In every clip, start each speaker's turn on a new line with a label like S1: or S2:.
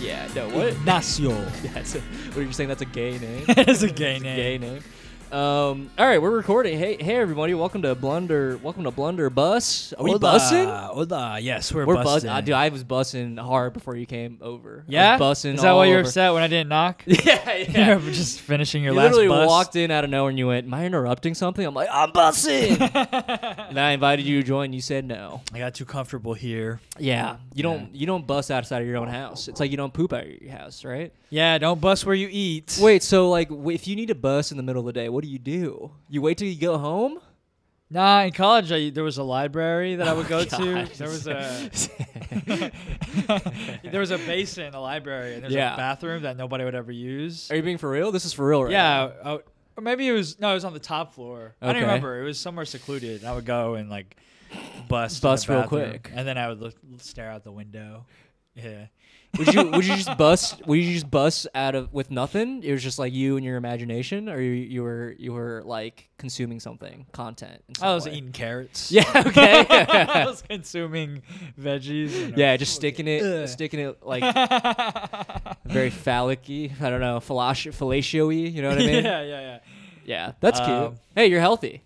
S1: Yeah, no, what?
S2: Ignacio.
S1: That's a, what are you saying? That's a gay name.
S2: That is a gay
S1: It's
S2: name.
S1: Gay name. Um, all right, we're recording. Hey, hey, everybody! Welcome to Blunder. Welcome to Blunder Bus. Are we
S2: Hola,
S1: bussing?
S2: Hola. Yes, we're,
S1: We're
S2: bussing.
S1: bussing. Dude, I was bussing hard before you came over. I
S2: yeah?
S1: was bussing.
S2: Is that why
S1: all
S2: you're
S1: over.
S2: upset when I didn't knock?
S1: Yeah,
S2: Yeah,
S1: yeah.
S2: we're just finishing your
S1: you
S2: last
S1: literally
S2: bus.
S1: walked in out of nowhere and you went, "Am I interrupting something?" I'm like, "I'm bussing," and I invited you to join. You said no.
S2: I got too comfortable here.
S1: Yeah, you don't. You don't bus outside of your own house. It's like you don't poop out of your house, right?
S2: Yeah, don't bus where you eat.
S1: Wait, so like, w- if you need a bus in the middle of the day, what do you do? You wait till you go home?
S2: Nah, in college I, there was a library that I would go to.
S1: Oh, God.
S2: There was a there was a basin in the library, and there's
S1: Yeah.
S2: a bathroom that nobody would ever use.
S1: Are you being for real? This is for real, right?
S2: yeah, uh, or maybe it was no, it was on the top floor. I don't
S1: Okay.
S2: remember. It was somewhere secluded. And I would go and like bust in the
S1: Bust real
S2: bathroom,
S1: quick.
S2: and then I would look, stare out the window. Yeah,
S1: now? would you would you just bus? Would you just bus out of with nothing? It was just like you and your imagination, or you, you were you were like consuming something, content. in some
S2: I Oh, was
S1: way?
S2: eating carrots.
S1: Yeah. Okay.
S2: I was consuming veggies. and I
S1: yeah,
S2: was
S1: just sticking it,
S2: Ugh.
S1: sticking it like very phallic-y. I don't know, fallatio- fallatio-y. You know what I mean?
S2: yeah, yeah, yeah.
S1: Yeah, that's cute.
S2: Um,
S1: Hey, you're healthy.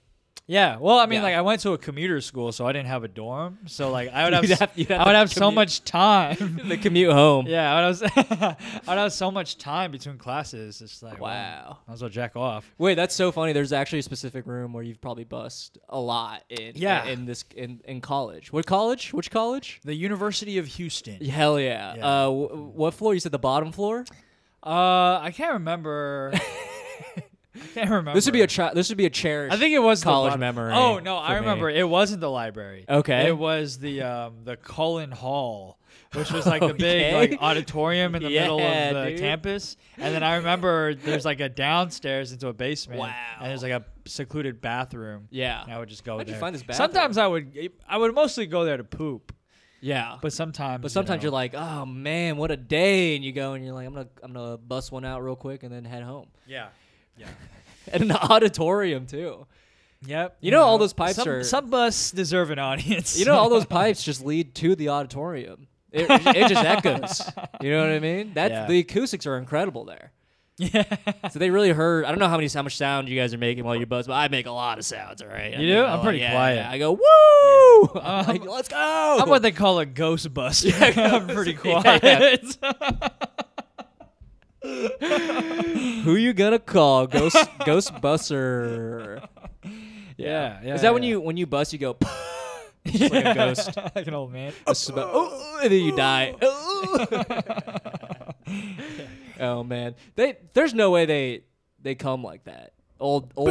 S2: Yeah. Well, I mean,
S1: Yeah.
S2: like I went to a commuter school, so I didn't have a dorm. So like I would have,
S1: You'd
S2: s-
S1: have- you'd have
S2: I would
S1: to
S2: have so
S1: commute.
S2: much time.
S1: The commute home.
S2: yeah, I would have, s- I would have so much time between classes. It's like well,
S1: Wow.
S2: might as well jack off.
S1: Wait, that's so funny. There's actually a specific room where you've probably bust a lot in
S2: Yeah.
S1: in this in, in college. What college? Which college?
S2: The University of Houston.
S1: Hell yeah.
S2: Yeah.
S1: Uh, w- what floor? You said the bottom floor.
S2: Uh, I can't remember. I can't remember.
S1: This would be a tri- this would be a cherished.
S2: I think it was the
S1: college
S2: bottom-
S1: memory
S2: Oh no,
S1: for
S2: I
S1: me.
S2: remember. It wasn't the library.
S1: Okay.
S2: It was the um the Cullen Hall, which was like the big
S1: Okay.
S2: like auditorium in the middle of
S1: Yeah,
S2: the
S1: dude.
S2: campus. And then I remember there's like a downstairs into a basement.
S1: Wow.
S2: And there's like a secluded bathroom.
S1: Yeah.
S2: And I would just go
S1: How'd you
S2: there.
S1: find this bathroom?
S2: Sometimes I would I would mostly go there to poop,
S1: yeah. But
S2: but sometimes
S1: but sometimes
S2: you
S1: you
S2: know,
S1: are like, oh man, what a day, and you go and you're like, I'm gonna I'm gonna bust one out real quick and then head home.
S2: yeah. Yeah.
S1: And an auditorium too.
S2: Yep.
S1: You know, all those pipes
S2: some,
S1: are-
S2: some bus deserve an audience.
S1: You know, all those pipes just lead to the auditorium. It, it just echoes. You know what I mean? That
S2: Yeah.
S1: the acoustics are incredible there.
S2: yeah.
S1: So they really heard. I don't know how many how much sound you guys are making while you buzz, but I make a lot of sounds. All right, I
S2: You
S1: make
S2: do?
S1: a
S2: I'm
S1: lot-
S2: pretty
S1: yeah,
S2: quiet.
S1: yeah. I go woo. I'm
S2: Um,
S1: like, let's go.
S2: I'm what they call a ghost bus. I'm pretty
S1: Yeah,
S2: quiet.
S1: yeah. Who you gonna call? Ghost Ghost Buster.
S2: Yeah, yeah,
S1: Is that when
S2: yeah.
S1: you when you bust you go just like a ghost?
S2: like an old man.
S1: A smell- oh, and then you die. oh man, they there's no way they they come like that. Old old.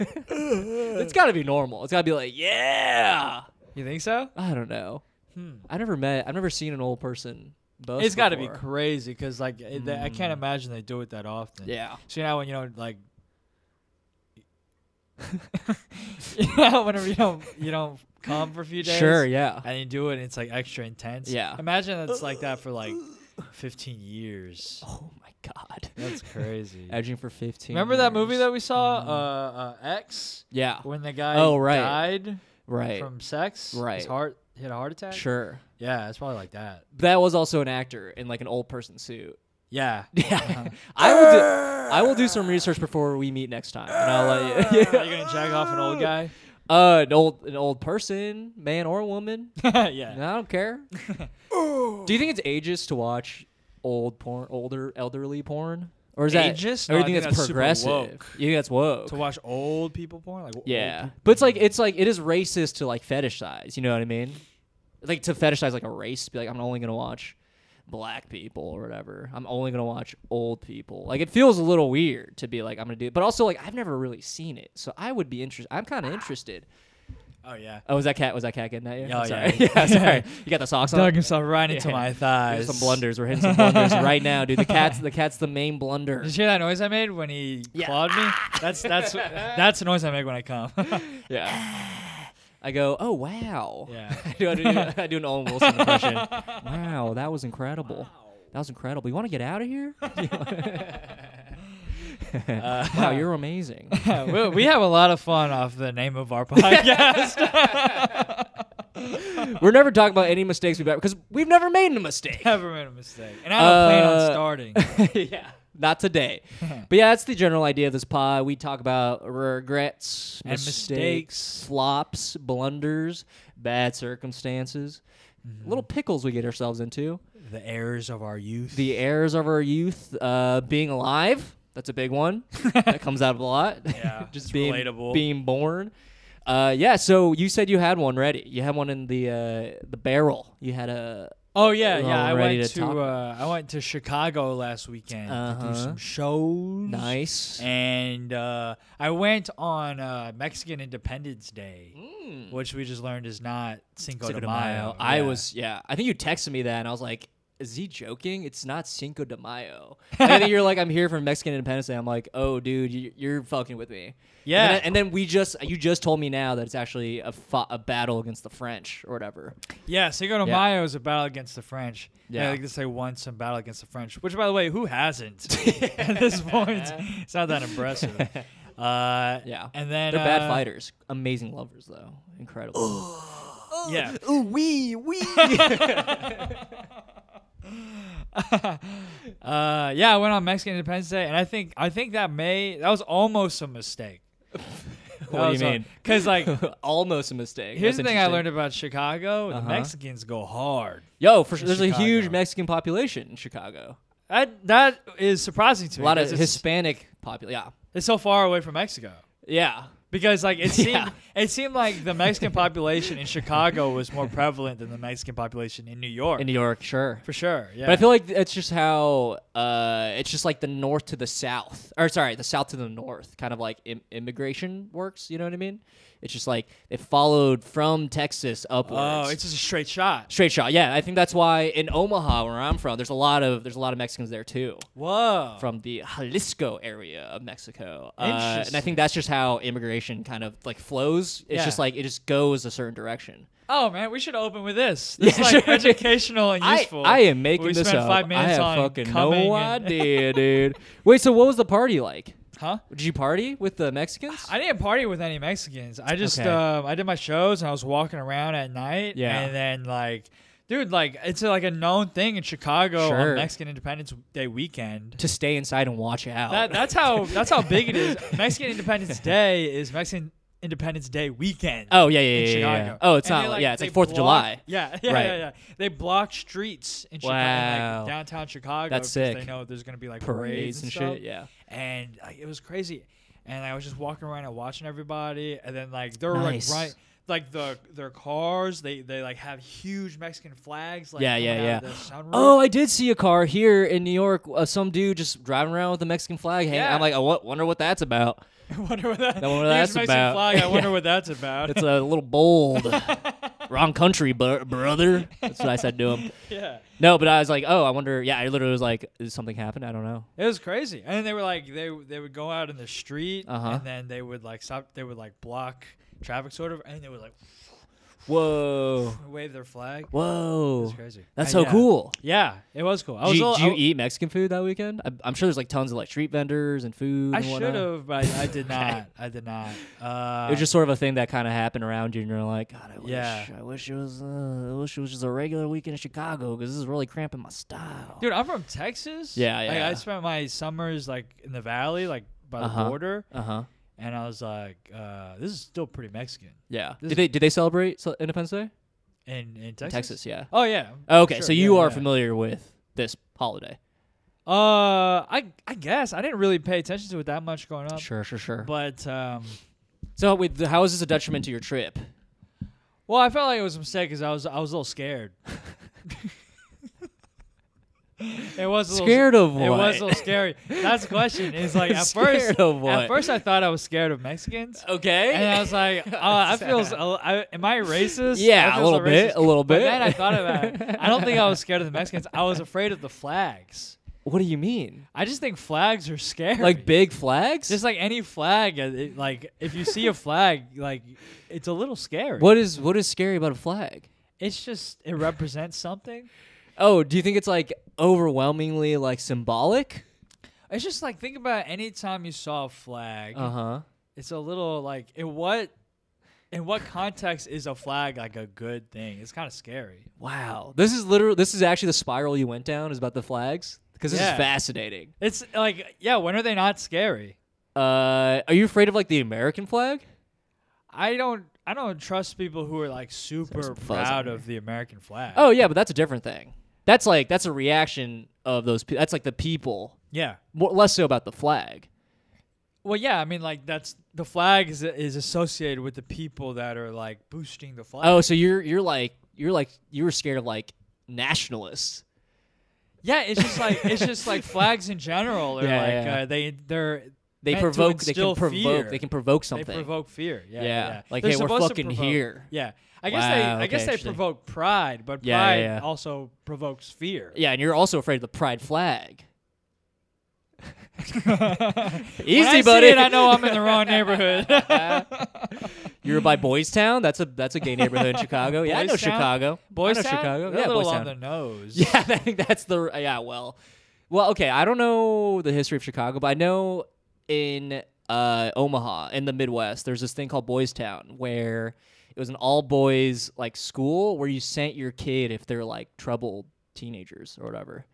S1: it's got to be normal. It's got to be like yeah.
S2: You think so?
S1: I don't know. I never met. I've never seen an old person. Bust
S2: Hmm. it's got to be
S1: before.
S2: crazy because like it- they- I can't imagine they do it that often.
S1: Yeah.
S2: So you know when you don't like. you know, whenever you don't you don't come for a few days.
S1: Sure. Yeah.
S2: And you do it, and it's like extra intense.
S1: Yeah.
S2: Imagine it's like that for like 15 years.
S1: Oh my god.
S2: That's crazy.
S1: Edging for fifteen.
S2: Remember that movie
S1: years.
S2: that we saw, uh, uh, X,
S1: Yeah.
S2: when the guy
S1: Oh, right.
S2: died
S1: Right.
S2: from sex? His
S1: Right.
S2: heart he had a heart attack?
S1: Sure.
S2: Yeah, it's probably like that.
S1: That was also an actor in like an old person suit.
S2: Yeah.
S1: Yeah. I will do I will do some research before we meet next time. And I'll let you
S2: Are you gonna jack off an old guy?
S1: Uh an old an old person, man or woman. I
S2: yeah.
S1: don't care. do you think it's ageist to watch old porn older elderly porn? Or is that
S2: Ageist?
S1: Or
S2: No,
S1: you
S2: I
S1: think
S2: think
S1: that's,
S2: that's super
S1: progressive?
S2: woke.
S1: You think that's woke?
S2: To watch old people porn, like old
S1: yeah.
S2: people-
S1: But it's like it's like it is racist to like fetishize, you know what I mean? Like to fetishize like a race, be like, I'm only gonna watch black people or whatever. I'm only gonna watch old people. Like it feels a little weird to be like, I'm gonna do it. But also like I've never really seen it. So I would be interested I'm kinda interested.
S2: Oh yeah.
S1: Oh, was that cat was that cat getting at you?
S2: Oh,
S1: I'm
S2: yeah.
S1: sorry. sorry. You got the socks on?
S2: Dug himself right into
S1: Yeah.
S2: my
S1: There's
S2: thighs.
S1: some blunders. We're hitting some blunders right now, dude. The cat's the cat's the main blunder.
S2: Did you hear that noise I made when he
S1: Yeah.
S2: clawed me? That's that's that's the noise I make when I come.
S1: Yeah. I go, oh wow.
S2: Yeah.
S1: I, do, I, do, I do an Owen Wilson impression. wow, that was incredible. That was incredible. You want to get out of here?
S2: Uh,
S1: wow, you're amazing.
S2: we, we have a lot of fun off the name of our podcast.
S1: We're never talking about any mistakes we've ever because we've never made a mistake.
S2: Never made a mistake, and I don't plan on
S1: Uh,
S2: starting.
S1: yeah, not today. but yeah, that's the general idea of this pod. We talk about regrets,
S2: And
S1: mistakes,
S2: mistakes.
S1: flops, blunders, bad circumstances,
S2: Mm-hmm.
S1: little pickles we get ourselves into,
S2: the errors of our youth.
S1: the errors of our youth, uh, being alive. That's a big one that comes out a lot.
S2: Yeah, it's
S1: just being
S2: relatable.
S1: being born. Uh, yeah. So you said you had one ready. You had one in the uh, the barrel. You had a
S2: oh yeah,
S1: We're
S2: yeah. I
S1: already
S2: went
S1: to
S2: to,
S1: talk
S2: uh, I went to Chicago last weekend to
S1: Uh-huh.
S2: do some shows.
S1: nice.
S2: And uh, I went on uh, Mexican Independence Day,
S1: Mm.
S2: which we just learned is not Cinco,
S1: Cinco
S2: de
S1: de
S2: Mayo.
S1: I
S2: Yeah.
S1: was yeah. I think you texted me that, and I was like, "Is he joking? It's not Cinco de Mayo." And then you're like, "I'm here for Mexican Independence Day." I'm like, "Oh, dude, you, you're fucking with me."
S2: Yeah.
S1: And then, and then we just you just told me now that it's actually a fo- a battle against the French or whatever.
S2: Yeah, Cinco de
S1: Yeah.
S2: Mayo is a battle against the French. Yeah,
S1: Yeah.
S2: I like to say once a battle against the French, which, by the way, who hasn't at this point? It's not that impressive. Uh,
S1: Yeah.
S2: and then
S1: They're bad
S2: uh,
S1: fighters, amazing lovers though, incredible.
S2: Yeah,
S1: Ooh wee wee.
S2: uh, yeah. I went on Mexican Independence Day, and I think I think that may that was almost a mistake.
S1: what do you mean?
S2: Because like,
S1: Almost a mistake.
S2: here's the
S1: That's
S2: thing I
S1: interesting.
S2: learned about Chicago: the
S1: Uh-huh.
S2: Mexicans go hard.
S1: Yo, for sure,
S2: in
S1: there's a huge
S2: Chicago.
S1: Mexican population in Chicago.
S2: That that is surprising to
S1: A
S2: me.
S1: lot
S2: 'cause
S1: of
S2: it's,
S1: Hispanic population. Yeah.
S2: it's so far away from Mexico.
S1: Yeah.
S2: Because like it seemed
S1: Yeah.
S2: it seemed like the Mexican population in Chicago was more prevalent than the Mexican population in New York.
S1: In New York, sure.
S2: for sure. Yeah.
S1: But I feel like it's just how uh, it's just like the north to the south, or sorry, the south to the north, kind of like Im- immigration works. You know what I mean? It's just like it followed from Texas upwards.
S2: Oh, it's just a straight shot.
S1: straight shot. Yeah, I think that's why in Omaha, where I'm from, there's a lot of there's a lot of Mexicans there too,
S2: Whoa.
S1: from the Jalisco area of Mexico. Uh, and I
S2: Interesting.
S1: think that's just how immigration kind of like flows. It's
S2: Yeah.
S1: just like it just goes a certain direction.
S2: oh man, we should open with this. This
S1: Yeah,
S2: is like
S1: sure.
S2: educational and
S1: I,
S2: useful.
S1: I am making
S2: we
S1: this
S2: spent
S1: up.
S2: five minutes
S1: I have
S2: on
S1: fucking
S2: coming
S1: no
S2: and-
S1: idea, dude. Wait, so what was the party like?
S2: Huh?
S1: Did you party with the Mexicans?
S2: I didn't party with any Mexicans. I just
S1: Okay.
S2: um, I did my shows and I was walking around at night.
S1: Yeah.
S2: And then like dude, like it's like a known thing in Chicago
S1: Sure.
S2: on Mexican Independence Day weekend.
S1: to stay inside and watch out.
S2: That, that's how that's how big it is. Mexican Independence Day is Mexican Independence Day weekend.
S1: oh yeah, yeah, yeah,
S2: in
S1: yeah, yeah,
S2: Chicago.
S1: yeah. Oh, it's
S2: And
S1: not.
S2: they,
S1: like, yeah, it's
S2: they
S1: like Fourth of
S2: block-
S1: July.
S2: Yeah, yeah,
S1: Right.
S2: yeah, yeah. They block streets in Chicago,
S1: Wow.
S2: like downtown Chicago.
S1: That's
S2: 'cause They
S1: sick.
S2: know there's gonna be like
S1: Parades
S2: raids
S1: and
S2: stuff.
S1: shit. Yeah.
S2: And like, it was crazy. And I was just walking around and watching everybody. And then like they're
S1: Nice.
S2: like right. Like the their cars, they they like have huge Mexican flags. Like
S1: Yeah, yeah,
S2: coming out
S1: yeah.
S2: of the sunroof.
S1: Oh, I did see a car here in New York. Uh, some dude just driving around with a Mexican flag. hanging.
S2: Yeah.
S1: I'm like, I wa- wonder what that's about.
S2: I wonder what that.
S1: I wonder what
S2: huge
S1: that's
S2: Mexican
S1: about.
S2: Flag. I
S1: Yeah.
S2: wonder what that's about.
S1: It's a little bold. Wrong country, br- brother. That's what I said to him.
S2: yeah.
S1: No, but I was like, oh, I wonder. Yeah, I literally was like, is something happened? I don't know.
S2: It was crazy. And they were like they they would go out in the street
S1: Uh-huh.
S2: and then they would like stop they would like block traffic sort of and they would like
S1: Whoa,
S2: wave their flag.
S1: whoa.
S2: It's crazy.
S1: That's
S2: Uh,
S1: so
S2: yeah.
S1: cool.
S2: Yeah, it was cool. I
S1: Did
S2: was
S1: you,
S2: all-
S1: did you
S2: I-
S1: eat Mexican food that weekend? I, I'm sure there's like tons of like street vendors and food.
S2: I
S1: and whatnot.
S2: should have, but I did not. I did not. Uh,
S1: It was just sort of a thing that kind of happened around you, and you're like, God, I wish,
S2: Yeah.
S1: I wish it was, uh, I wish it was just a regular weekend in Chicago because this is really cramping my style.
S2: dude. I'm from Texas.
S1: Yeah,
S2: Like,
S1: yeah.
S2: I spent my summers like in the valley, like by the
S1: Uh-huh.
S2: border,
S1: Uh huh.
S2: and I was like, uh, this is still pretty Mexican
S1: Yeah.
S2: This is-
S1: did they did they celebrate Ce- Independence Day?
S2: in in Texas.
S1: Texas, yeah.
S2: Oh yeah.
S1: Okay,
S2: sure.
S1: so you
S2: Yeah,
S1: are
S2: yeah.
S1: familiar with this holiday.
S2: Uh, I I guess I didn't really pay attention to it that much growing up.
S1: Sure, sure, sure.
S2: But um,
S1: so, wait, th- how is this a detriment to your trip?
S2: well, I felt like it was a mistake because I was I was a little scared. it was a little,
S1: Scared of
S2: It was a
S1: what?
S2: little scary. That's the question. Is like at
S1: Scared
S2: first
S1: of
S2: at
S1: what?
S2: first I thought I was scared of Mexicans.
S1: Okay.
S2: And I was like, oh, I feel, s- I, am I racist?
S1: Yeah,
S2: I
S1: a
S2: feel so
S1: little bit,
S2: racist.
S1: a little
S2: But
S1: bit.
S2: then I thought about it. I don't think I was scared of the Mexicans. I was afraid of the flags.
S1: what do you mean?
S2: I just think flags are scary.
S1: Like big flags?
S2: Just like any flag, uh, it, like if you see a flag, like it's a little scary.
S1: what is what is scary about a flag?
S2: It's just it represents something.
S1: Oh, do you think it's like overwhelmingly like symbolic?
S2: It's just like think about any time you saw a flag,
S1: Uh huh.
S2: it's a little like in what in what context is a flag like a good thing? It's kind of scary.
S1: Wow, this is literally this is actually the spiral you went down is about the flags because this
S2: Yeah.
S1: is fascinating.
S2: It's like, yeah, when are they not scary?
S1: Uh, are you afraid of like the American flag?
S2: I don't, I don't trust people who are like super
S1: buzz
S2: proud
S1: on
S2: of the American flag.
S1: Oh yeah, but that's a different thing. That's like that's a reaction of those. Pe- that's like the people,
S2: yeah.
S1: more, less so about the flag.
S2: Well, yeah. I mean, like that's the flag is is associated with the people that are like boosting the flag.
S1: Oh, so you're you're like you're like you were scared of like nationalists.
S2: Yeah, it's just like it's just like flags in general are
S1: Yeah,
S2: like
S1: yeah.
S2: Uh, they they're
S1: They
S2: meant to
S1: provoke. They
S2: instill
S1: can provoke.
S2: fear.
S1: They can provoke
S2: They
S1: something.
S2: provoke fear. Yeah,
S1: Yeah,
S2: yeah.
S1: like,
S2: They're
S1: hey, we're
S2: supposed to
S1: fucking
S2: provoke-
S1: here.
S2: Yeah, I guess they
S1: Wow,
S2: I guess
S1: okay,
S2: they
S1: interesting.
S2: provoke pride, but
S1: Yeah, yeah,
S2: pride
S1: yeah. E-,
S2: also provokes fear.
S1: yeah, and you're also afraid of the pride flag.
S2: When I
S1: Easy,
S2: see
S1: buddy.
S2: it, I know I'm in the wrong neighborhood.
S1: You're by Boys Town. That's a that's a gay neighborhood in Chicago. Yeah, I know
S2: Boys Town?
S1: Chicago.
S2: Boys
S1: I know
S2: Town?
S1: Chicago.
S2: They're
S1: yeah,
S2: a little
S1: Boys Town.
S2: on the nose.
S1: Yeah, I think that's the yeah. Well, well, okay. I don't know the history of Chicago, but I know in uh, Omaha in the Midwest, there's this thing called Boys Town where it was an all boys like school where you sent your kid if they're like troubled teenagers or whatever.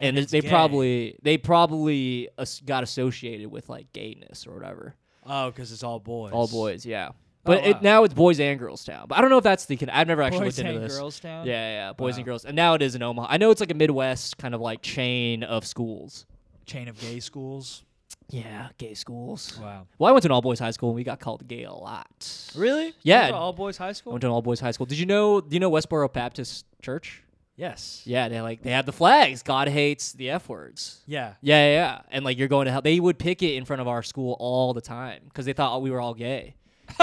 S1: And, they
S2: gay.
S1: probably they probably as- got associated with like gayness or whatever.
S2: Oh, because it's all boys.
S1: All boys, yeah. But
S2: Oh, wow.
S1: it, now it's boys and girls town. But I don't know if that's the. con- I've never actually
S2: Boys
S1: looked into
S2: and
S1: this.
S2: girls town.
S1: Yeah, yeah, yeah, boys and
S2: Wow.
S1: girls. And now it is in Omaha. I know it's like a Midwest kind of like chain of schools.
S2: Chain of gay schools.
S1: Yeah, gay schools.
S2: Wow.
S1: Well, I went to an all boys high school and we got called gay a lot.
S2: Really?
S1: Yeah.
S2: All boys high
S1: I
S2: school.
S1: went to an all boys high school. Did you know? Do you know Westboro Baptist Church?
S2: Yes.
S1: Yeah, they like they have the flags. God hates the f words.
S2: Yeah.
S1: Yeah, yeah, yeah. And like you're going to hell. They would pick it in front of our school all the time because they thought we were all gay.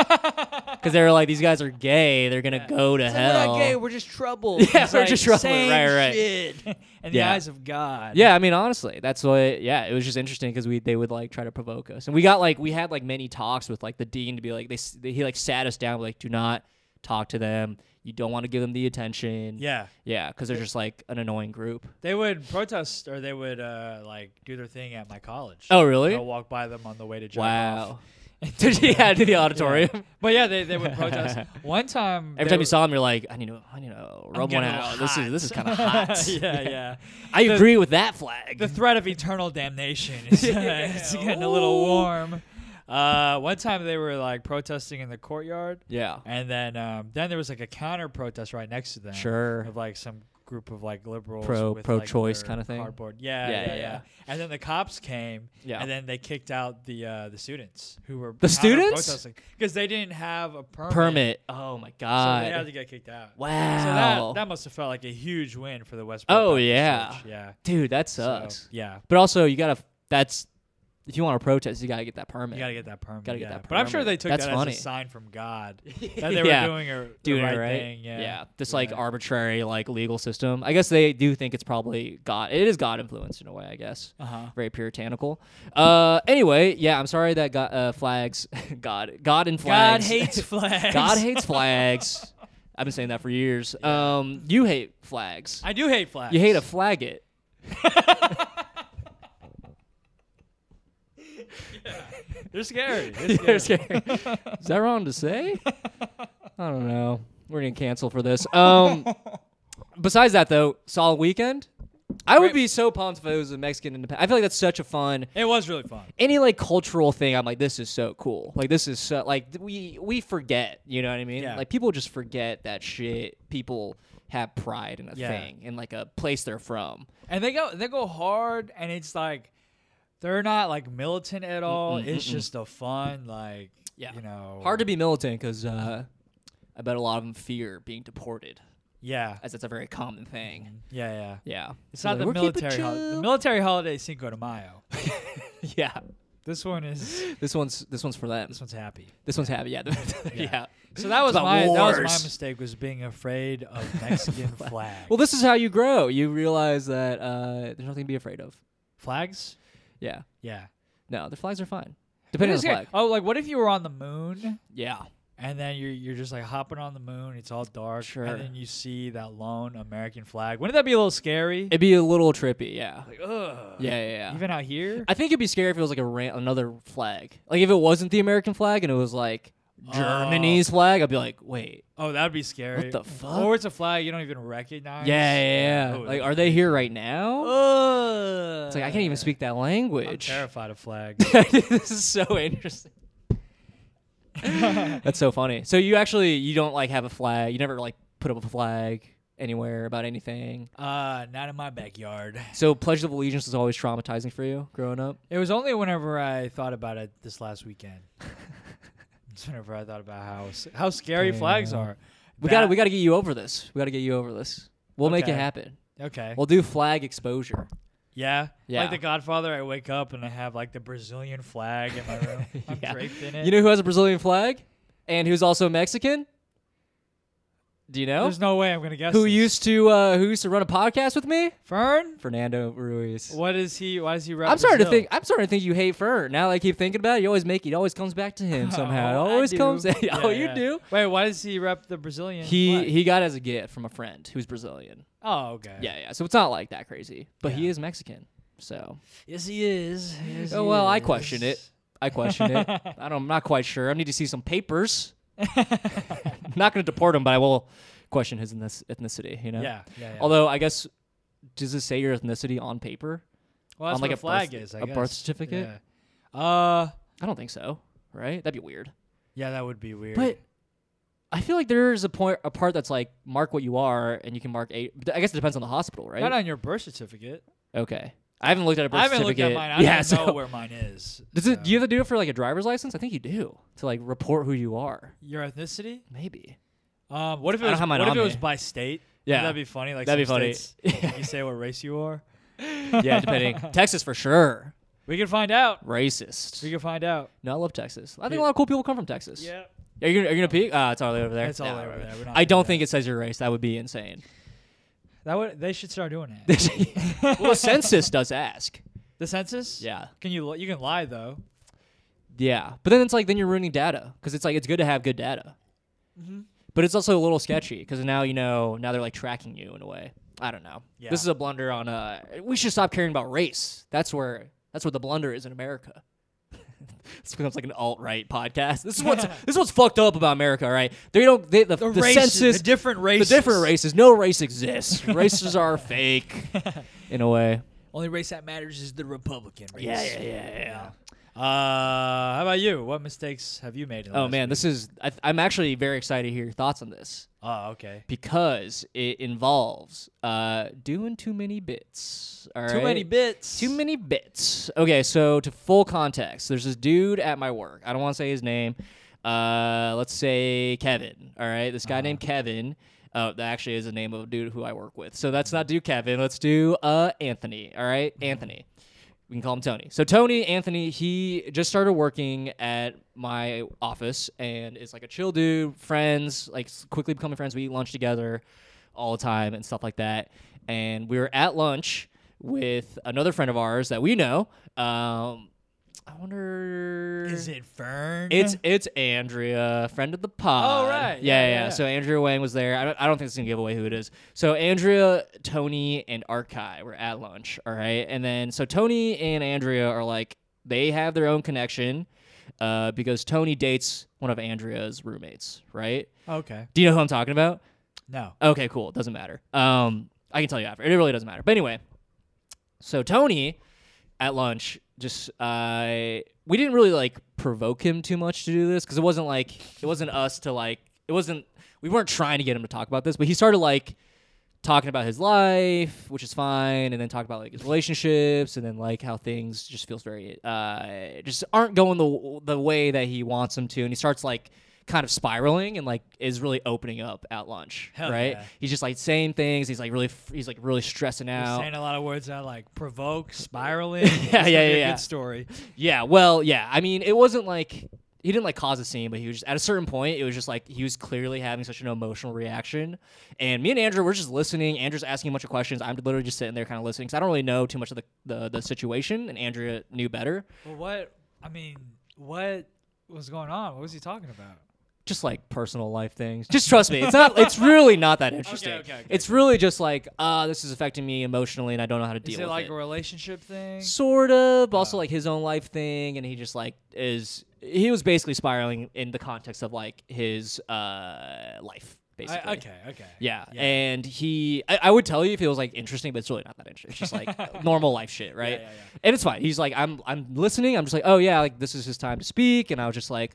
S1: Because they were like, these guys are gay. They're gonna go to
S2: So
S1: hell.
S2: We're not gay. We're just troubled.
S1: Yeah,
S2: It's
S1: we're
S2: like,
S1: just troubled,
S2: Same
S1: right, right.
S2: Shit. In the
S1: Yeah.
S2: eyes of God.
S1: Yeah, I mean, honestly, that's what. Yeah, it was just interesting because we they would like try to provoke us, and we got like we had like many talks with like the dean to be like they, s- they he like sat us down like do not talk to them. You don't want to give them the attention.
S2: Yeah.
S1: yeah, because they're just like an annoying group.
S2: They would protest or they would uh, like do their thing at my college.
S1: Oh, really?
S2: I'll walk by them on the way to jog off.
S1: wow. Did you add to the auditorium?
S2: But yeah, they, they would protest. One time
S1: Every
S2: they
S1: time
S2: were-
S1: you saw them, you're like, I need to, I need to
S2: I'm
S1: rub one
S2: getting a
S1: out.
S2: little
S1: This is this is
S2: hot.
S1: kind of hot.
S2: yeah, yeah.
S1: I
S2: The-
S1: agree with that flag.
S2: The threat of eternal damnation is it's getting a little
S1: Ooh.
S2: warm. Uh, one time they were like protesting in the courtyard,
S1: yeah,
S2: and then um, then there was like a counter protest right next to them.
S1: sure.
S2: of like some group of like liberals
S1: Pro-
S2: with, like,
S1: pro-choice
S2: their
S1: kinda thing?
S2: cardboard yeah yeah,
S1: Yeah,
S2: yeah
S1: yeah, yeah.
S2: and then the cops came
S1: Yeah.
S2: and then they kicked out the uh the students who were
S1: The students?
S2: because they didn't have a permit,
S1: Permit. Oh my
S2: so
S1: god.
S2: they had to get kicked out so
S1: wow.
S2: that, that must have felt like a huge win for the west
S1: Oh,
S2: Baptist
S1: yeah.
S2: Church. yeah
S1: Dude, that
S2: So,
S1: sucks.
S2: yeah
S1: But also, you gotta. That's if you want to protest, you gotta get that permit.
S2: you gotta get that permit
S1: Gotta get
S2: yeah.
S1: that
S2: but i'm sure
S1: permit.
S2: they took
S1: That's
S2: that
S1: funny.
S2: as a sign from god that they were
S1: Yeah.
S2: doing a,
S1: Doing
S2: the right,
S1: it right.
S2: thing yeah
S1: This like
S2: Yeah.
S1: arbitrary like legal system. I guess they do think it's probably God. It is God influenced in a way. I guess.
S2: uh-huh
S1: Very puritanical. Uh, anyway, yeah, I'm sorry that God, uh, flags, God, God and
S2: god
S1: flags.
S2: hates flags
S1: God hates flags. I've been saying that for years. Um, you hate flags.
S2: i do hate flags
S1: you hate a flag it.
S2: they're scary they're
S1: They're
S2: scary
S1: scary. Is that wrong to say? I don't know. We're gonna cancel for this. Um, besides that though, solid weekend. I would
S2: Great.
S1: be so pumped if it was a Mexican independent. I feel like that's such a fun
S2: It was really fun.
S1: any like cultural thing. I'm like, this is so cool. Like this is so like th- we we forget. You know what I mean?
S2: Yeah.
S1: Like people just forget that shit. People have pride in a
S2: Yeah.
S1: thing in like a place they're from.
S2: And they go they go hard and it's like they're not like militant at all. it's just a fun like
S1: Yeah.
S2: you know
S1: Hard to be militant because uh, I bet a lot of them fear being deported,
S2: Yeah.
S1: as it's a very common thing.
S2: Yeah, yeah.
S1: Yeah,
S2: Mm-hmm. It's
S1: So
S2: not
S1: like,
S2: the
S1: we're keeping
S2: military holiday. The
S1: chill.
S2: military holiday is Cinco de Mayo.
S1: yeah,
S2: this one is
S1: This one's this one's for them.
S2: this one's happy.
S1: This one's happy. Yeah, yeah.
S2: So that was
S1: about
S2: my that was my
S1: wars.
S2: mistake was being afraid of Mexican flags.
S1: Well, this is how you grow. You realize that uh, there's nothing to be afraid of.
S2: flags?
S1: Yeah.
S2: Yeah.
S1: No, the flags are fine. Depending on the
S2: It's okay.
S1: flag.
S2: Oh, like what if you were on the moon?
S1: Yeah.
S2: And then you're you're just like hopping on the moon. It's all dark.
S1: Sure.
S2: And then you see that lone American flag. Wouldn't that be a little scary?
S1: It'd be a little trippy. Yeah.
S2: like, ugh.
S1: Yeah, yeah, yeah.
S2: Even out here.
S1: I think it'd be scary if it was like a ran- another flag. Like if it wasn't the American flag and it was like Germany's flag, I'd be like, wait,
S2: Oh, that'd be scary.
S1: What the fuck?
S2: Or it's a flag you don't even recognize.
S1: yeah, yeah, yeah. Like, are they here right now?
S2: Oh,
S1: It's like I can't even speak that
S2: I'm
S1: language.
S2: terrified of flag.
S1: this is so interesting.
S2: Uh,
S1: That's so funny. So you actually you don't like have a flag. You never like put up a flag anywhere about anything.
S2: uh, not in my backyard.
S1: So Pledge of Allegiance was always traumatizing for you growing up.
S2: It was only whenever I thought about it this last weekend. It's whenever I thought about how s- how scary flags
S1: Damn.
S2: are.
S1: We got to we got to get you over this. We got to get you over this. We'll make it
S2: Okay.
S1: happen.
S2: got okay.
S1: We'll do flag exposure.
S2: yeah,
S1: Yeah.
S2: Like The Godfather, I wake up and I have like the Brazilian flag in my room. I'm
S1: Yeah.
S2: draped in it.
S1: You know who has a Brazilian flag and who's also Mexican? Do you know
S2: there's no way I'm gonna guess
S1: who
S2: this.
S1: used to uh, who used to run a podcast with me?
S2: Fern.
S1: Fernando Ruiz.
S2: What is he? Why does he? Rep
S1: I'm starting to
S2: Brazil?
S1: think. I'm starting to think you hate Fern. Now that I keep thinking about it, you always make it. always comes back to him somehow.
S2: Oh,
S1: it
S2: I
S1: always
S2: do.
S1: comes.
S2: Yeah,
S1: oh, you
S2: yeah.
S1: do.
S2: Wait, why does he rep the Brazilian?
S1: He
S2: flag?
S1: he got it as a gift from a friend who's Brazilian.
S2: Oh, okay.
S1: Yeah, yeah. So it's not like that crazy, but he
S2: Yeah.
S1: is Mexican. So
S2: Yes, he is. Yes,
S1: Oh,
S2: he
S1: well, I question
S2: is.
S1: it. I question it. I don't, I'm not quite sure. I need to see some papers. I'm not going to deport him, but I will question his ethnic- ethnicity. You know.
S2: Yeah, yeah. yeah.
S1: Although I guess does it say your ethnicity on paper?
S2: well, that's
S1: on, like,
S2: what
S1: a birth-
S2: flag is I
S1: a birth
S2: guess.
S1: certificate?
S2: Yeah. Uh,
S1: I don't think so. Right? That'd be weird.
S2: yeah, that would be weird.
S1: But I feel like there's a point, a part that's like mark what you are, and you can mark eight. I guess it depends on the hospital, right?
S2: not on your birth certificate.
S1: Okay. I haven't looked at a birth
S2: I haven't looked
S1: certificate.
S2: at mine. I
S1: yeah.
S2: don't
S1: so
S2: know where mine is.
S1: does it?
S2: so.
S1: Do you have to do it for like a driver's license? I think you do to like report who you are.
S2: your ethnicity?
S1: Maybe.
S2: Um, what if
S1: I
S2: it
S1: don't
S2: was,
S1: have mine
S2: what if
S1: on
S2: it was
S1: me.
S2: by state?
S1: Yeah.
S2: that'd be funny. Like
S1: That'd
S2: some
S1: be funny.
S2: states, you say what race you are.
S1: yeah, depending. Texas for sure.
S2: We can find out.
S1: Racist.
S2: We can find out.
S1: no, I love Texas. I think
S2: Yeah.
S1: a lot of cool people come from Texas. Are you gonna, are you gonna peek? Ah, it's all the way over there.
S2: It's all
S1: Nah,
S2: the way over
S1: whatever.
S2: there. We're not
S1: I
S2: doing
S1: don't
S2: that.
S1: think it says your race. That would be insane.
S2: That would they should start doing that.
S1: well, a census does ask.
S2: the census?
S1: Yeah.
S2: Can you li- you can lie though?
S1: Yeah, but then it's like then you're ruining data because it's like it's good to have good data,
S2: Mm-hmm.
S1: but it's also a little sketchy because now you know now they're like tracking you in a way. I don't know.
S2: Yeah.
S1: This is a blunder on. Uh, we should stop caring about race. That's where that's where the blunder is in America. this becomes like an alt right podcast. This is what's this is what's fucked up about America. All right, they don't they, the, the, census
S2: the different
S1: the
S2: races,
S1: different races. No race exists. Races are fake in a way.
S2: Only race that matters is the Republican race.
S1: yeah,
S2: yeah. Uh, how about you? What mistakes have you made? In the
S1: Oh
S2: last
S1: man, this is I, I'm actually very excited to hear your thoughts on this.
S2: Week? Oh, okay.
S1: because it involves uh, doing too many bits. all
S2: Too many
S1: right?
S2: bits.
S1: Too many bits. Okay, so to full context, there's this dude at my work. I don't want to say his name. Uh, let's say Kevin. All right, this guy named
S2: Uh-huh.
S1: Kevin. Uh, that actually is the name of a dude who I work with. So let's not do Kevin. Let's do uh Anthony. All right,
S2: Mm-hmm.
S1: Anthony. We can call him Tony. So Tony Anthony, he just started working at my office and is like a chill dude, friends, like s- quickly becoming friends. We eat lunch together all the time and stuff like that. And we were at lunch with another friend of ours that we know. Um, I wonder
S2: Is it Fern?
S1: it's it's Andrea, friend of the pod.
S2: Oh,
S1: Yeah,
S2: right. Yeah,
S1: yeah.
S2: yeah, yeah.
S1: So Andrea Wang was there. I don't, I don't think it's gonna give away who it is. So Andrea, Tony, and Arkai were at lunch. All right, and then so Tony and Andrea are like they have their own connection, uh, because Tony dates one of Andrea's roommates. Right?
S2: okay.
S1: Do you know who I'm talking about?
S2: No.
S1: Okay, cool. It doesn't matter. Um, I can tell you after. It really doesn't matter. But anyway, so Tony at lunch just uh, we didn't really like provoke him too much to do this because it wasn't like it wasn't us to like it wasn't we weren't trying to get him to talk about this, but he started like talking about his life, which is fine, and then talk about like his relationships, and then like how things just feels very uh just aren't going the the way that he wants them to, and he starts like kind of spiraling and like is really opening up at lunch,
S2: Hell
S1: right?
S2: yeah.
S1: He's just like saying things. He's like really f- he's like really stressing
S2: You're
S1: out.
S2: saying a lot of words that like provoke, spiraling. yeah,
S1: yeah, yeah.
S2: Good story.
S1: Yeah, well, yeah. I mean, it wasn't like he didn't like cause a scene, but he was just at a certain point, it was just like he was clearly having such an emotional reaction. And me and Andrew were just listening. Andrew's asking a bunch of questions. I'm literally just sitting there kind of listening because I don't really know too much of the, the the situation, and Andrea knew better.
S2: Well, what? I mean, what was going on? What was he talking about?
S1: Just like personal life things. Just trust me. It's not. It's really not that interesting.
S2: okay, okay,
S1: it's really just like, ah, this is affecting me emotionally, and I don't know how to deal
S2: Is
S1: with
S2: it like
S1: it.
S2: a relationship thing?
S1: sort of but also like his own life thing and he just like is he was basically spiraling in the context of like his uh life basically.
S2: I, okay, okay.
S1: Yeah. and he, I, I would tell you if it was like interesting, but it's really not that interesting. It's just like normal life shit, right?
S2: yeah, yeah.
S1: And it's fine. He's like, I'm, I'm listening. I'm just like, oh yeah, like this is his time to speak, and I was just like,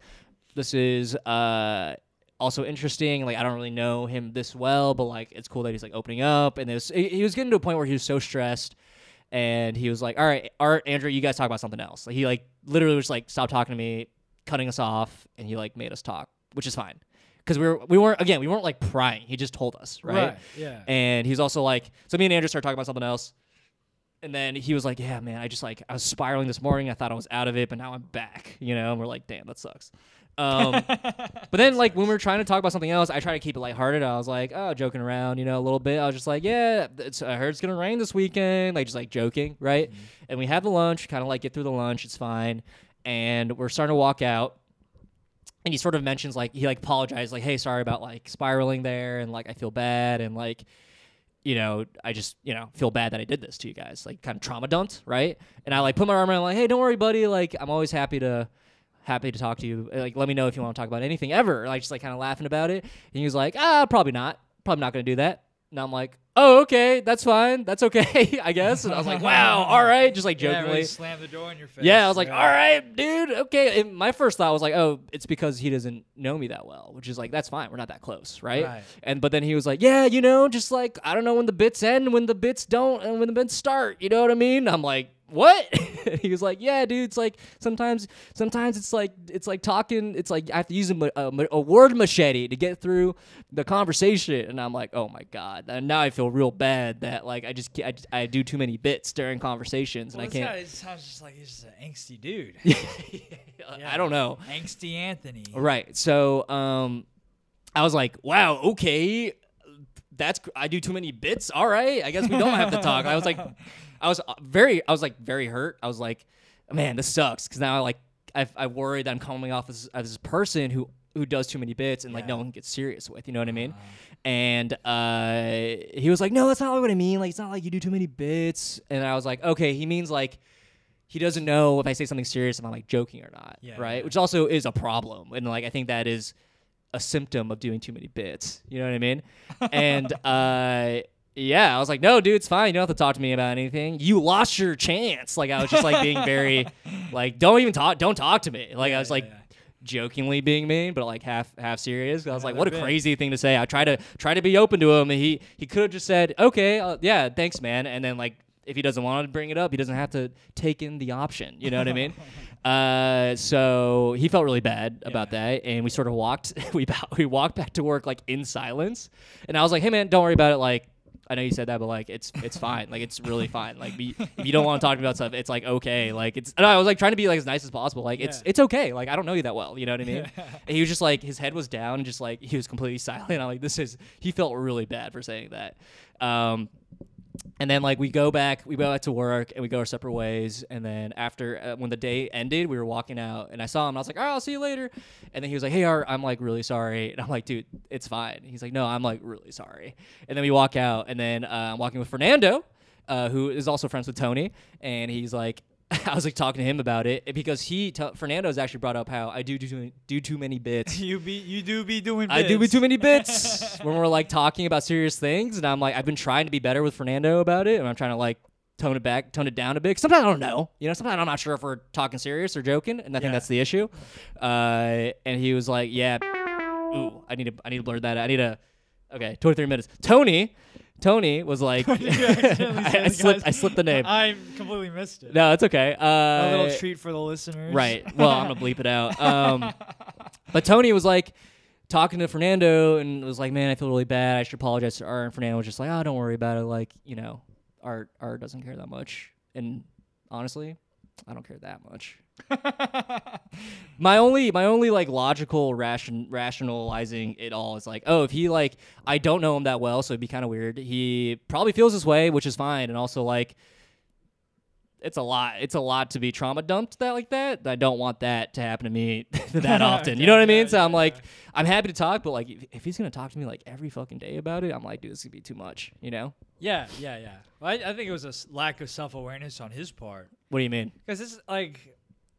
S1: this is uh also interesting. Like I don't really know him this well, but like it's cool that he's like opening up, and it was, he he was getting to a point where he was so stressed. And he was like, "All right, Art, Andrew, you guys talk about something else." Like, he like literally was like, "Stop talking to me," cutting us off, and he like made us talk, which is fine, because we were we weren't again we weren't like prying. He just told us, right?
S2: Right, yeah.
S1: And he's also like, so me and Andrew started talking about something else. And then he was like, yeah, man, I just like, I was spiraling this morning. I thought I was out of it, but now I'm back, you know? And we're like, damn, that sucks. Um, but then, like, when we were trying to talk about something else, I tried to keep it lighthearted. I was like, oh, joking around, you know, a little bit. I was just like, yeah, it's, I heard it's going to rain this weekend. Like, just like joking, right? And we have the lunch, kind of like get through the lunch. It's fine. And we're starting to walk out and he sort of mentions like he like apologized like hey sorry about like spiraling there and like i feel bad and like you know i just you know feel bad that i did this to you guys like kind of trauma dumped right and i like put my arm around like hey don't worry buddy like i'm always happy to happy to talk to you like let me know if you want to talk about anything ever like just like kind of laughing about it and he was like ah probably not probably not gonna do that and i'm like oh okay that's fine that's okay i guess and i was like wow all right just like
S2: Yeah,
S1: jokingly
S2: really slam the door in your face.
S1: yeah, I was like, all right, dude, okay. And my first thought was like, oh, it's because he doesn't know me that well, which is like, that's fine. We're not that close, right?
S2: Right.
S1: And but then he was like, yeah, you know, just like I don't know when the bits end, when the bits don't, and when the bits start. You know what I mean? I'm like, what? he was like, yeah, dude. It's like sometimes, sometimes it's like it's like talking. It's like I have to use a, ma- a, ma- a word machete to get through the conversation, and I'm like, oh my god. And now I feel real bad that like I just ca- I, just- I do too many bits during conversations,
S2: Well,
S1: and I
S2: this
S1: can't.
S2: guy just sounds just like he's just an angsty dude.
S1: uh, I don't know.
S2: angsty Anthony.
S1: Right. So um, I was like, wow, okay, that's gr- I do too many bits. All right, I guess we don't have to talk. I was like, I was uh, very, I was like very hurt. I was like, man, this sucks because now I like I I worry that I'm coming off as, as this person who who does too many bits and like no
S2: Yeah.
S1: one gets serious with. You know what I mean? And uh, he was like, no, that's not what I mean. Like it's not like you do too many bits. And I was like, okay, he means like he doesn't know if I say something serious if I'm like joking or not,
S2: Yeah,
S1: right?
S2: yeah.
S1: Which also is a problem, and like I think that is a symptom of doing too many bits. You know what I mean? and uh, yeah, I was like, no, dude, it's fine. You don't have to talk to me about anything. You lost your chance. Like I was just like being very, like, don't even talk, don't talk to me. Like I was
S2: yeah,
S1: like.
S2: yeah.
S1: Jokingly being mean, but like half half serious. I was like,
S2: Another
S1: "What a
S2: bit.
S1: crazy thing to say!" I try to try to be open to him, and he he could have just said, "Okay, uh, yeah, thanks, man," and then like if he doesn't want to bring it up, he doesn't have to take in the option. You know what I mean? Uh, so he felt really bad about that, and we sort of walked we bow- we walked back to work like in silence, and I was like, "Hey, man, don't worry about it." Like. I know you said that, but like it's it's fine. Like it's really fine. Like we, if you don't want to talk to me about stuff, it's like okay. Like it's. And I was like trying to be like as nice as possible. Like it's
S2: Yeah.
S1: it's okay. Like I don't know you that well. You know what I mean? And he was just like his head was down, just like he was completely silent. I'm like this is. He felt really bad for saying that. Um, and then like we go back, we go back to work, and we go our separate ways. And then after uh, when the day ended, we were walking out, and I saw him, and I was like, "All right, I'll see you later." And then he was like, "Hey, Art, I'm like really sorry," and I'm like, "Dude, it's fine." He's like, "No, I'm like really sorry." And then we walk out, and then uh, I'm walking with Fernando, uh, who is also friends with Tony, and he's like. I was like talking to him about it because he t- Fernando's actually brought up how I do do too, do too many bits
S2: You be you do be doing.
S1: I do be
S2: bits.
S1: too many bits when we're like talking about serious things, and I'm like, I've been trying to be better with Fernando about it, and I'm trying to like tone it back, tone it down a bit. 'Cause Sometimes I don't know, you know. Sometimes I'm not sure if we're talking serious or joking, and I think
S2: Yeah.
S1: that's the issue. Uh, and he was like, "Yeah, ooh, I need to, I need to blur that. out. I need to." Okay, 23 minutes. Tony, Tony was like,
S2: You accidentally
S1: I,
S2: said
S1: I
S2: it,
S1: slipped, I
S2: guys.
S1: slipped the name.
S2: I completely missed it.
S1: no, it's okay. Uh,
S2: a little treat for the listeners.
S1: Right. Well, I'm gonna bleep it out. Um, but Tony was like talking to Fernando and was like, "Man, I feel really bad. I should apologize to Art." And Fernando was just like, "Oh, don't worry about it. Like, you know, Art Art doesn't care that much." And honestly, I don't care that much. my only my only like logical ration rationalizing it all is like, oh, if he like I don't know him that well, so it'd be kind of weird. He probably feels this way, which is fine, and also like it's a lot. It's a lot to be trauma dumped that like that. I don't want that to happen to me that often. you know what I
S2: Okay,
S1: mean?
S2: yeah,
S1: so I'm
S2: yeah,
S1: like, I'm happy to talk, but like, if, if he's gonna talk to me like every fucking day about it, I'm like, dude, this is gonna be too much. You know?
S2: Yeah, yeah, yeah. Well, I, I think it was a s- lack of self awareness on his part
S1: What do you mean?
S2: because this is like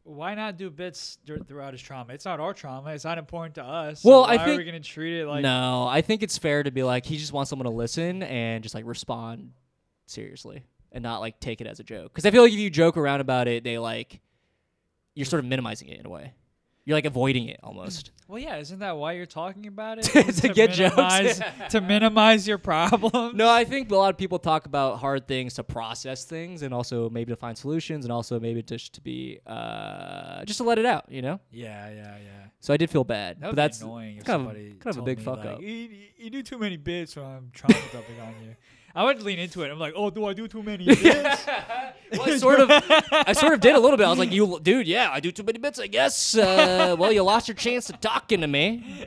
S2: why not do bits dur- throughout his trauma? It's not our trauma. It's not important to us.
S1: Well,
S2: why
S1: I
S2: are we
S1: think-
S2: gonna treat it like
S1: no, I think it's fair to be like he just wants someone to listen and just like respond seriously and not like take it as a joke. Because I feel like if you joke around about it, they like you're sort of minimizing it in a way. You're like avoiding it almost.
S2: Well, yeah, isn't that why you're talking about it?
S1: To
S2: Is
S1: get jokes.
S2: minimize- to minimize your problem.
S1: no, I think a lot of people talk about hard things to process things and also maybe to find solutions and also maybe just to be uh, just to let it out. You know.
S2: Yeah, yeah, yeah.
S1: So I did feel bad.
S2: That
S1: but
S2: would
S1: that's
S2: be annoying if
S1: kind of-
S2: somebody
S1: kind of a
S2: told
S1: big
S2: me,
S1: fuck
S2: like,
S1: up.
S2: You, you- you do too many bits when I'm trying to dumping on you. I would lean into it. I'm like, oh, do I do too many bits?
S1: Well, I sort of, I sort of did a little bit. I was like, "You, dude, yeah, I do too many bits, I guess." Uh, well, you lost your chance of talking to me.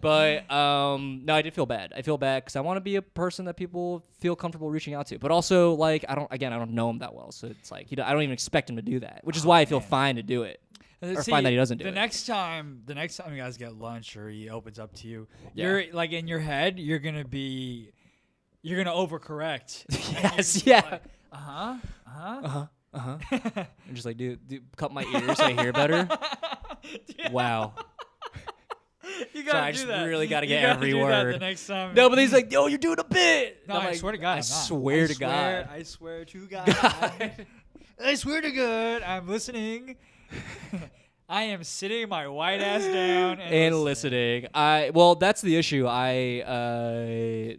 S1: But um, no, I did feel bad. I feel bad because I want to be a person that people feel comfortable reaching out to. But also, like, I don't. Again, I don't know him that well, so it's like you know, I don't even expect him to do that,
S2: Oh,
S1: which is why I feel fine to do it.
S2: And
S1: Or
S2: see,
S1: find that he doesn't do
S2: the
S1: it.
S2: next time, the next time you guys get lunch or he opens up to you,
S1: Yeah.
S2: you're like in your head, you're gonna be, you're gonna overcorrect.
S1: Yes, yeah.
S2: uh huh. Uh huh.
S1: Uh huh. Uh huh. I'm just like, dude, dude, cut my ears. I hear better. Wow.
S2: You gotta
S1: I
S2: do
S1: just
S2: that.
S1: really gotta
S2: You
S1: get every
S2: do that the
S1: word.
S2: next time.
S1: No, but he's like, "Yo, you're doing a bit." And
S2: No,
S1: I'm
S2: I
S1: like,
S2: swear to God,
S1: I
S2: I'm not.
S1: swear to
S2: swear-
S1: God.
S2: I swear to God. I swear to God, I'm listening. I am sitting my white ass down and,
S1: and listening. I well, that's the issue. I uh,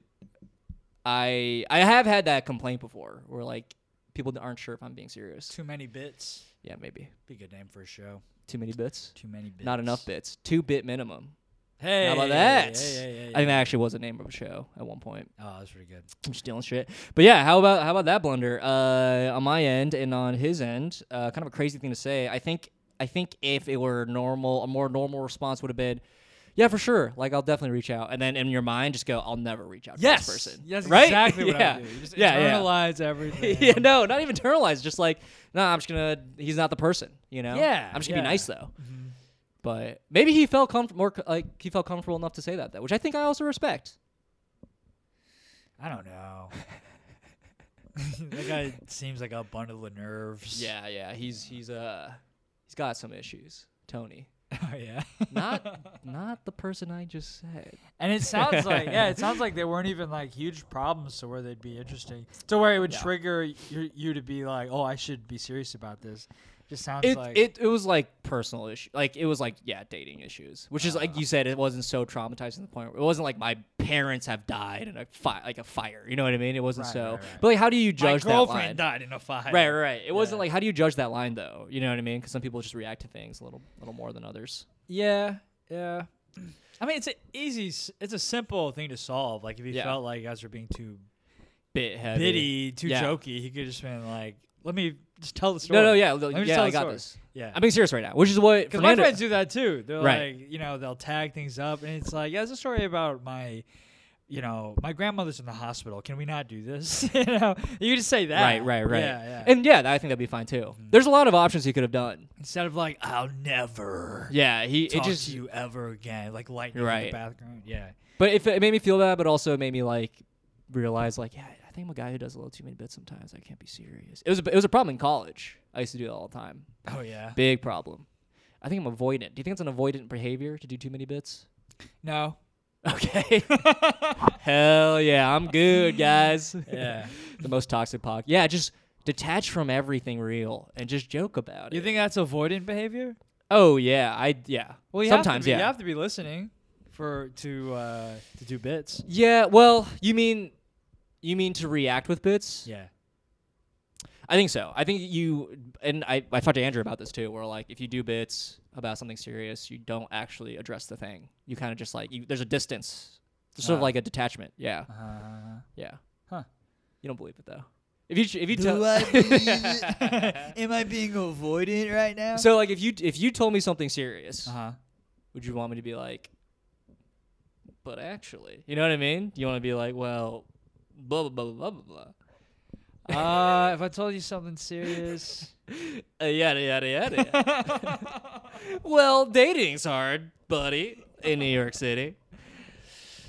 S1: I I have had that complaint before, where like people aren't sure if I'm being serious.
S2: Too many bits.
S1: Yeah, maybe
S2: Be a good name for a show.
S1: too many bits,
S2: Too many bits.
S1: not enough bits, two bit minimum.
S2: Hey,
S1: How about that?
S2: Yeah, yeah, yeah,
S1: I think that actually was the name of a show at one point.
S2: Oh, that's pretty good.
S1: I'm stealing shit. But yeah, how about how about that blunder uh, on my end and on his end? Uh, kind of a crazy thing to say. I think I think if it were normal, a more normal response would have been, yeah, for sure. Like I'll definitely reach out, and then in your mind just go, I'll never reach out
S2: Yes,
S1: to this person.
S2: Yes,
S1: right?
S2: exactly what
S1: yeah.
S2: I would do. You just
S1: yeah, yeah.
S2: internalize everything.
S1: yeah, no, not even internalize. Just like, no, I'm just gonna. He's not the person, you know.
S2: Yeah,
S1: I'm just gonna
S2: yeah. Mm-hmm.
S1: be nice though. But maybe he felt comf- more co- like he felt comfortable enough to say that though, which I think I also respect.
S2: I don't know. that guy seems like a bundle of nerves.
S1: Yeah, yeah, he's he's uh he's got some issues, Tony.
S2: Oh, yeah.
S1: Not not the person I just said.
S2: And it sounds like yeah, it sounds like they weren't even like huge problems to where they'd be interesting to where it would
S1: Yeah.
S2: trigger you, you to be like, oh, I should be serious about this. Just sounds
S1: It,
S2: like
S1: it it was like personal issue, like it was like yeah, dating issues, which is like you said, it wasn't so traumatizing to the point. Where it wasn't like my parents have died in a fire, like a fire. You know what I mean? It wasn't
S2: Right,
S1: so.
S2: right, right.
S1: But like, how do you
S2: my
S1: judge that line?
S2: girlfriend died in a fire.
S1: Right, right, right. It wasn't
S2: Yeah.
S1: like how do you judge that line though? You know what I mean? Because some people just react to things a little, little more than others.
S2: Yeah, yeah. I mean, it's an easy, s- it's a simple thing to solve. Like if he
S1: Yeah.
S2: felt like you guys were being too
S1: Bit heavy.
S2: bitty, too
S1: Yeah.
S2: jokey, he could just been like, let me just tell the story.
S1: No, no, yeah,
S2: Let me just
S1: yeah.
S2: tell
S1: I
S2: the
S1: got
S2: story.
S1: this.
S2: Yeah.
S1: I'm being serious right now, which is what
S2: Because my
S1: Fernando.
S2: friends do that too. They're
S1: Right.
S2: like, you know, they'll tag things up, and it's like, yeah, it's a story about my, you know, my grandmother's in the hospital. Can we not do this? you know, you just say that.
S1: Right, right, right.
S2: Yeah, Mm-hmm. yeah.
S1: And yeah, I think that'd be fine too. There's a lot of options he could have done.
S2: Instead of like, I'll never
S1: Yeah, he
S2: talk
S1: it just
S2: to you ever again, like lightning in the
S1: Right.
S2: background. Yeah.
S1: but if it made me feel bad, but also made me like realize like yeah, I think I'm a guy who does a little too many bits sometimes. I can't be serious. It was a, it was a problem in college. I used to do it all the time.
S2: Oh yeah.
S1: Big problem. I think I'm avoidant. Do you think it's an avoidant behavior to do too many bits?
S2: No.
S1: Okay. Hell yeah, I'm good, guys.
S2: Yeah.
S1: the most toxic podcast. Yeah, just detach from everything real and just joke about
S2: you
S1: it.
S2: think that's avoidant behavior?
S1: Oh yeah, I yeah.
S2: Well, you have
S1: sometimes
S2: to be,
S1: yeah.
S2: You have to be listening for to uh to do bits.
S1: Yeah, well, you mean you mean to react with bits?
S2: Yeah.
S1: I think so. I think you and I I talked to Andrew about this too, where like if you do bits about something serious, you don't actually address the thing. You kind of just like you, there's a distance. It's sort of
S2: Ah.
S1: like a detachment. Yeah.
S2: Uh,
S1: Yeah.
S2: Huh.
S1: You don't believe it though. If you if you
S2: Do
S1: tell
S2: I believe it? Am I being avoidant right now?
S1: So like if you if you told me something serious,
S2: uh-huh.
S1: would you want me to be like but actually, you know what I mean? You want to be like, well, blah blah blah blah blah blah.
S2: Uh, if I told you something serious,
S1: Uh,
S2: Ah,
S1: yada yada yada. well, dating's hard, buddy, in New York City.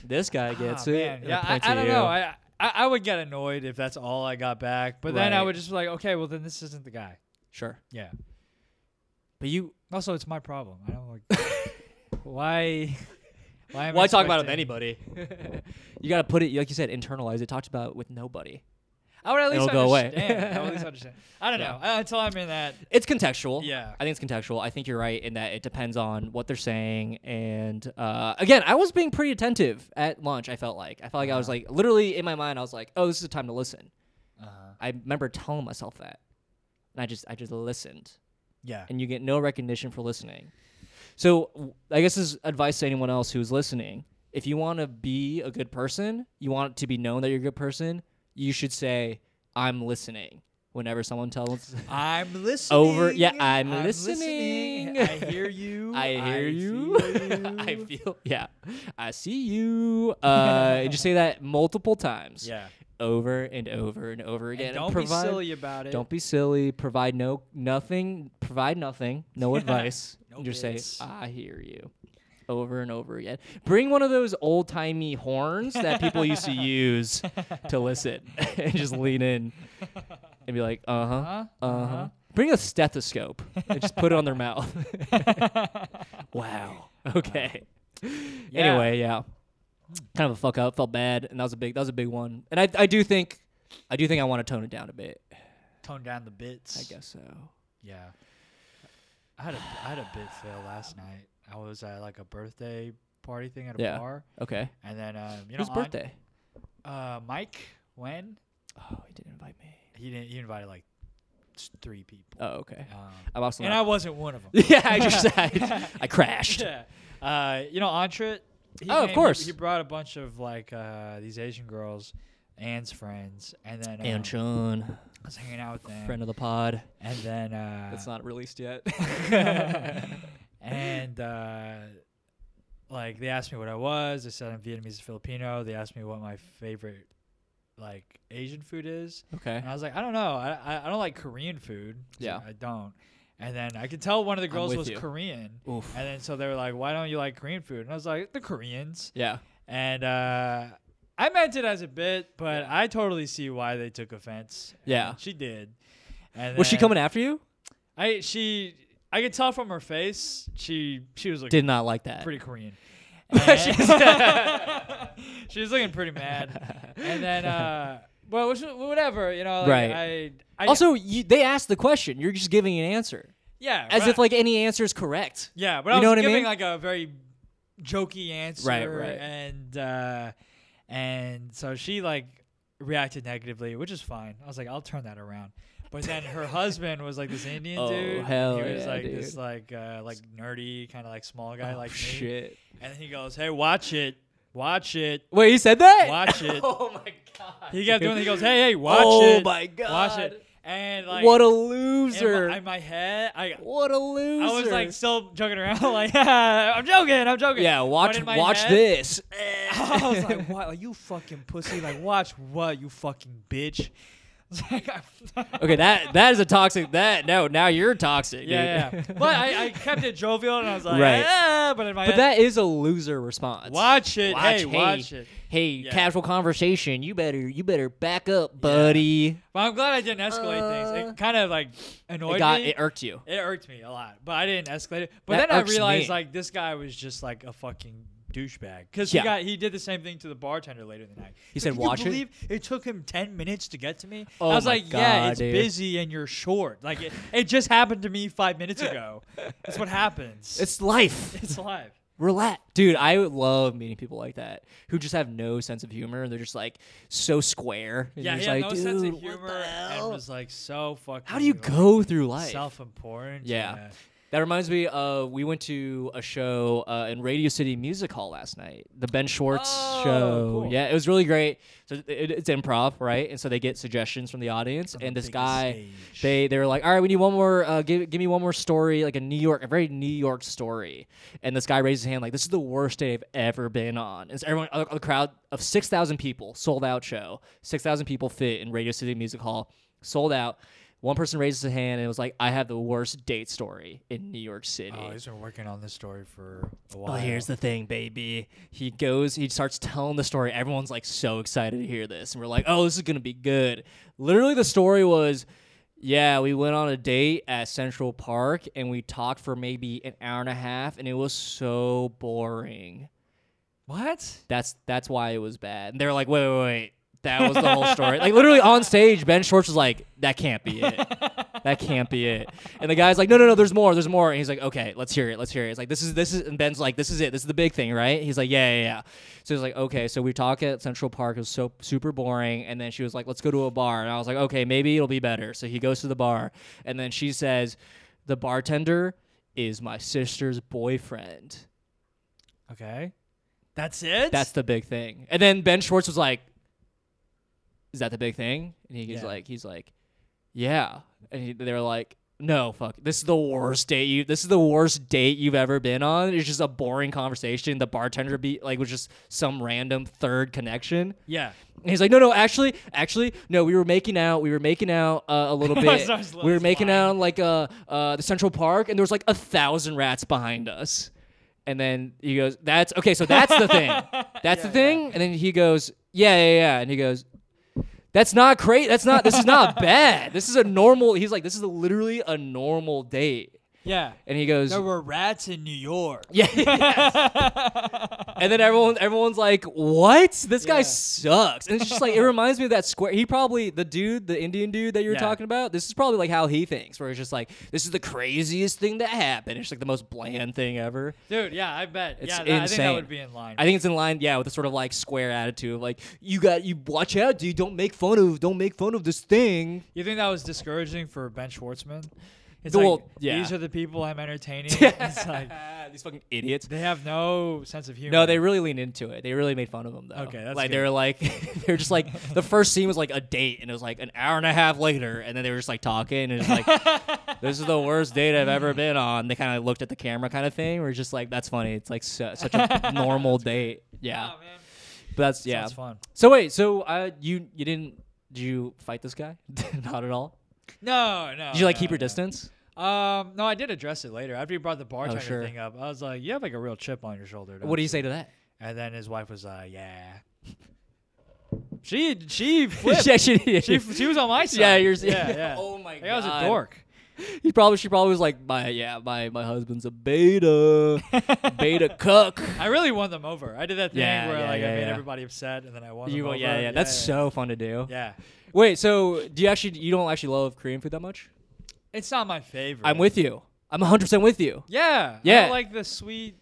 S1: This guy gets
S2: Ah,
S1: it.
S2: man.
S1: and
S2: Yeah, I,
S1: points
S2: I
S1: at
S2: don't
S1: you.
S2: know. I, I I would get annoyed if that's all I got back, but then I
S1: Right.
S2: would just be like, okay, well then this isn't the guy.
S1: sure.
S2: Yeah.
S1: But you
S2: Also, it's my problem. I don't like. why? Why? Am
S1: why
S2: I
S1: talk about it with
S2: expecting-
S1: anybody? you got to put it like you said, internalize it. Talked about it with nobody.
S2: I would at
S1: It'll
S2: least
S1: go away.
S2: understand. I would at least understand. I don't
S1: Yeah.
S2: know uh, until I'm in that.
S1: It's contextual.
S2: Yeah.
S1: I think it's contextual. I think you're right in that it depends on what they're saying. And uh, again, I was being pretty attentive at lunch. I felt like I felt like I was
S2: Uh-huh.
S1: like literally in my mind. I was like, oh, this is a time to listen.
S2: Uh-huh.
S1: I remember telling myself that, and I just I just listened,
S2: Yeah.
S1: and you get no recognition for listening. So w- I guess this is advice to anyone else who's listening. If you want to be a good person, you want it to be known that you're a good person. You should say, "I'm listening." Whenever someone tells,
S2: I'm listening.
S1: Over- yeah, I'm listening.
S2: I hear you.
S1: I hear you.
S2: feel you.
S1: I feel. Yeah, I see you. Uh, and just say that multiple times.
S2: Yeah.
S1: Over and over and over
S2: And
S1: again.
S2: don't
S1: provide-
S2: be silly about it.
S1: Don't be silly. Provide no nothing. Provide nothing. No advice.
S2: No
S1: Just
S2: bits.
S1: say I hear you, over and over again. Bring one of those old timey horns that people used to use to listen, and just lean in and be like, uh huh,
S2: Huh?
S1: uh huh. Bring a stethoscope and just put it on their mouth. wow. Okay.
S2: Yeah.
S1: Anyway, yeah. Kind of a fuck up. Felt bad, and that was a big. That was a big one. And I, I do think, I do think I want to tone it down a bit.
S2: Tone down the bits.
S1: I guess so.
S2: Yeah. I had a I had a bit fail last night. I was at like a birthday party thing at a
S1: Yeah.
S2: bar,
S1: Okay.
S2: and then um, you know,
S1: Whose
S2: on-
S1: birthday?
S2: Uh, Mike, when
S1: Oh, he didn't invite me.
S2: he didn't, he invited like s- three people,
S1: Oh, okay.
S2: um,
S1: I'm also
S2: and I
S1: not.
S2: wasn't one of them.
S1: yeah, I just I, I crashed.
S2: yeah. Uh, you know, Antrit. he
S1: Oh, of
S2: came, he-
S1: course.
S2: He, brought a bunch of like uh, these Asian girls, Anne's friends, and then um,
S1: And Chun,
S2: I was hanging out with them,
S1: friend of the pod.
S2: and then uh,
S1: That's not released yet.
S2: and uh, like they asked me what I was. I said I'm Vietnamese and Filipino. They asked me what my favorite like Asian food is,
S1: okay.
S2: and I was like, I don't know. I I, I don't like Korean food. So
S1: Yeah.
S2: I don't. And then I could tell one of the
S1: I'm
S2: girls
S1: with
S2: was
S1: you.
S2: Korean,
S1: Oof.
S2: and then so they were like, Why don't you like Korean food? And I was like, The Koreans.
S1: Yeah.
S2: And uh, I meant it as a bit, but I totally see why they took offense. And
S1: Yeah.
S2: she did. And
S1: Was she
S2: then-
S1: coming after you?
S2: I she I could tell from her face she she was looking
S1: Did not like that.
S2: pretty Korean.
S1: She's-
S2: she was looking pretty mad, and then uh, well, which, whatever you know. Like,
S1: Right.
S2: I, I
S1: also, you, they asked the question. You're just giving an answer,
S2: yeah,
S1: as
S2: but
S1: if
S2: I-
S1: like any answer is correct.
S2: yeah,
S1: you
S2: but I was
S1: know what I
S2: giving
S1: mean?
S2: like a very jokey answer,
S1: Right, right.
S2: and uh, and so she like reacted negatively, which is fine. I was like, I'll turn that around. But then her husband was like this Indian
S1: Oh,
S2: dude.
S1: hell
S2: he was
S1: yeah,
S2: like
S1: dude.
S2: this like uh, like nerdy kind of like small guy
S1: Oh,
S2: like me.
S1: shit.
S2: And then he goes, "Hey, watch it, watch it."
S1: Wait, he said that?
S2: Watch it.
S1: oh my god.
S2: He kept doing. It. He goes, "Hey, hey, watch
S1: Oh
S2: it."
S1: my
S2: Watch
S1: God.
S2: it. And like,
S1: what a
S2: in
S1: loser.
S2: my, in my head, I
S1: what a loser.
S2: I was like still joking around, like, "I'm joking, I'm joking."
S1: yeah,
S2: But
S1: watch
S2: in my
S1: watch
S2: head,
S1: this.
S2: I was like, "What? Like, you fucking pussy! Like, watch what? You fucking bitch!" It's like,
S1: Okay, that that is a toxic. That no, now you're toxic. dude.
S2: yeah, yeah. But I, I kept it jovial, and I was like,
S1: Right.
S2: "Ah," but in my
S1: but that
S2: head,
S1: is a loser response.
S2: watch it,
S1: Watch,
S2: hey, watch it.
S1: Hey,
S2: Yeah.
S1: casual conversation. You better you better back up, buddy.
S2: But I'm glad I didn't escalate things.
S1: Uh,
S2: It kind of like annoyed
S1: It got
S2: me.
S1: it irked you.
S2: It irked me a lot, but I didn't escalate it. But
S1: That
S2: then I
S1: irks
S2: realized
S1: me.
S2: like this guy was just like a fucking douchebag because
S1: Yeah.
S2: he got he did the same thing to the bartender later in the night. He's
S1: said,
S2: like,
S1: "Watch it."
S2: you believe it. took him ten minutes to get to me.
S1: Oh
S2: I was
S1: my
S2: like, yeah,
S1: God,
S2: it's
S1: dude."
S2: busy and you're short. Like it, it just happened to me five minutes ago. That's what happens.
S1: It's life.
S2: it's live.
S1: Relax, dude. I love meeting people like that who just have no sense of humor. They're just like so square. And
S2: Yeah,
S1: you're just like,
S2: he had no sense
S1: "Dude,
S2: of
S1: what
S2: humor
S1: the
S2: and
S1: hell?"
S2: was like so fucking.
S1: How do you
S2: like,
S1: go through life?
S2: Self-important.
S1: Yeah. That reminds me. Uh, we went to a show uh, in Radio City Music Hall last night. The Ben Schwartz
S2: Oh,
S1: show.
S2: cool.
S1: Yeah, it was really great. So it- it, it's improv, right? And so they get suggestions from the audience.
S2: On the
S1: and this
S2: biggest
S1: guy,
S2: stage.
S1: they they were like, "All right, we need one more. Uh, give give me one more story, like a New York, a very New York story." And this guy raised his hand, like, "This is the worst day I've ever been on." And so everyone, a, a crowd of six thousand people, sold out show. Six thousand people fit in Radio City Music Hall, sold out. One person raises a hand and was like, "I have the worst date story in New York City."
S2: Oh, he's been working on this story for a while.
S1: Well, here's the thing, baby. He goes, he starts telling the story. Everyone's like so excited to hear this. And we're like, oh, this is going to be good. Literally, the story was Yeah, we went on a date at Central Park and we talked for maybe an hour and a half and it was so boring.
S2: What?
S1: That's that's why it was bad. And they were like, wait, wait, wait. That was the whole story. Like literally on stage, Ben Schwartz was like, that can't be it. That can't be it. And the guy's like, no, no, no, there's more, there's more. And he's like, okay, let's hear it, let's hear it. It's like this is this is and Ben's like, this is it, this is the big thing, right? He's like, yeah, yeah, yeah. So he's like, okay. So we talk at Central Park. It was so super boring. And then she was like, let's go to a bar. And I was like, okay, maybe it'll be better. So he goes to the bar, and then she says, the bartender is my sister's boyfriend.
S2: Okay. That's it?
S1: That's the big thing. And then Ben Schwartz was like, "Is that the big thing?" And he's
S2: Yeah.
S1: like, "He's like, yeah." And he, they were like, "No, fuck. This is the worst date you. This is the worst date you've ever been on. It's just a boring conversation. The bartender be like was just some random third connection."
S2: yeah.
S1: And he's like, no, no, actually, actually, no, we were making out, we were making out uh, a little bit.
S2: I was
S1: we were
S2: just
S1: making
S2: lying.
S1: out in, like uh, uh, the Central Park, and there was like a thousand rats behind us. And then he goes, that's okay, so that's the thing. That's the thing. And then he goes, yeah, yeah, yeah. And he goes, that's not crazy. That's not, this is not bad. This is a normal, he's like, this is literally a normal date.
S2: Yeah.
S1: And he goes,
S2: There were rats in New York.
S1: yeah. and then everyone everyone's like, "What? This guy
S2: Yeah.
S1: sucks." And it's just like it reminds me of that square. He probably the dude, the Indian dude that you were
S2: Yeah.
S1: talking about. This is probably like how he thinks, where it's just like, "This is the craziest thing that happened." It's like the most bland thing ever.
S2: Dude, yeah, I bet.
S1: It's
S2: yeah, that- I think that
S1: insane.
S2: would be in line.
S1: I think it's in line, yeah, with the sort of like square attitude of like, "You got you watch out, dude. Don't make fun of don't make fun of this thing."
S2: you think that was discouraging for Ben Schwartzman? It's
S1: Well,
S2: like
S1: yeah.
S2: these are the people I'm entertaining. it's like
S1: These fucking idiots.
S2: they have no sense of humor. Oh,
S1: No, they really leaned into it. They really made fun of him though.
S2: Okay, that's
S1: like they
S2: good.
S1: were like they were just like the first scene was like a date and it was like an hour and a half later and then they were just like talking and it's like this is the worst date I've ever been on. They kind of looked at the camera kind of thing. We're just like that's funny. It's like su- such a normal date. Yeah,
S2: Oh, man.
S1: but that's yeah.
S2: Sounds fun.
S1: So wait, so uh, you you didn't did you fight this guy? Not at all.
S2: No, no.
S1: Did you like
S2: no,
S1: keep your
S2: no.
S1: distance? Oh,
S2: Um, no, I did address it later after you brought the bartender
S1: sure.
S2: thing up. I was like, "You have like a real chip on your shoulder."
S1: What do
S2: don't
S1: you say to that?
S2: And then his wife was like, "Yeah." She she flipped.
S1: Yeah, she,
S2: she she was on my side.
S1: yeah, you're
S2: yeah, yeah.
S1: Oh my
S2: Like, I was a
S1: God.
S2: dork.
S1: He probably she probably was like my yeah my my husband's a beta beta cuck.
S2: I really won them over. I did that thing
S1: Yeah,
S2: where
S1: yeah,
S2: like
S1: yeah,
S2: I made
S1: yeah.
S2: everybody upset, and then I won.
S1: You
S2: them
S1: yeah,
S2: over.
S1: yeah that's so fun to do.
S2: Yeah,
S1: Wait, so do you actually you don't actually love Korean food that much?
S2: it's not my favorite.
S1: I'm with you. I'm 100 percent with you.
S2: Yeah, I
S1: Yeah.
S2: don't like the sweet.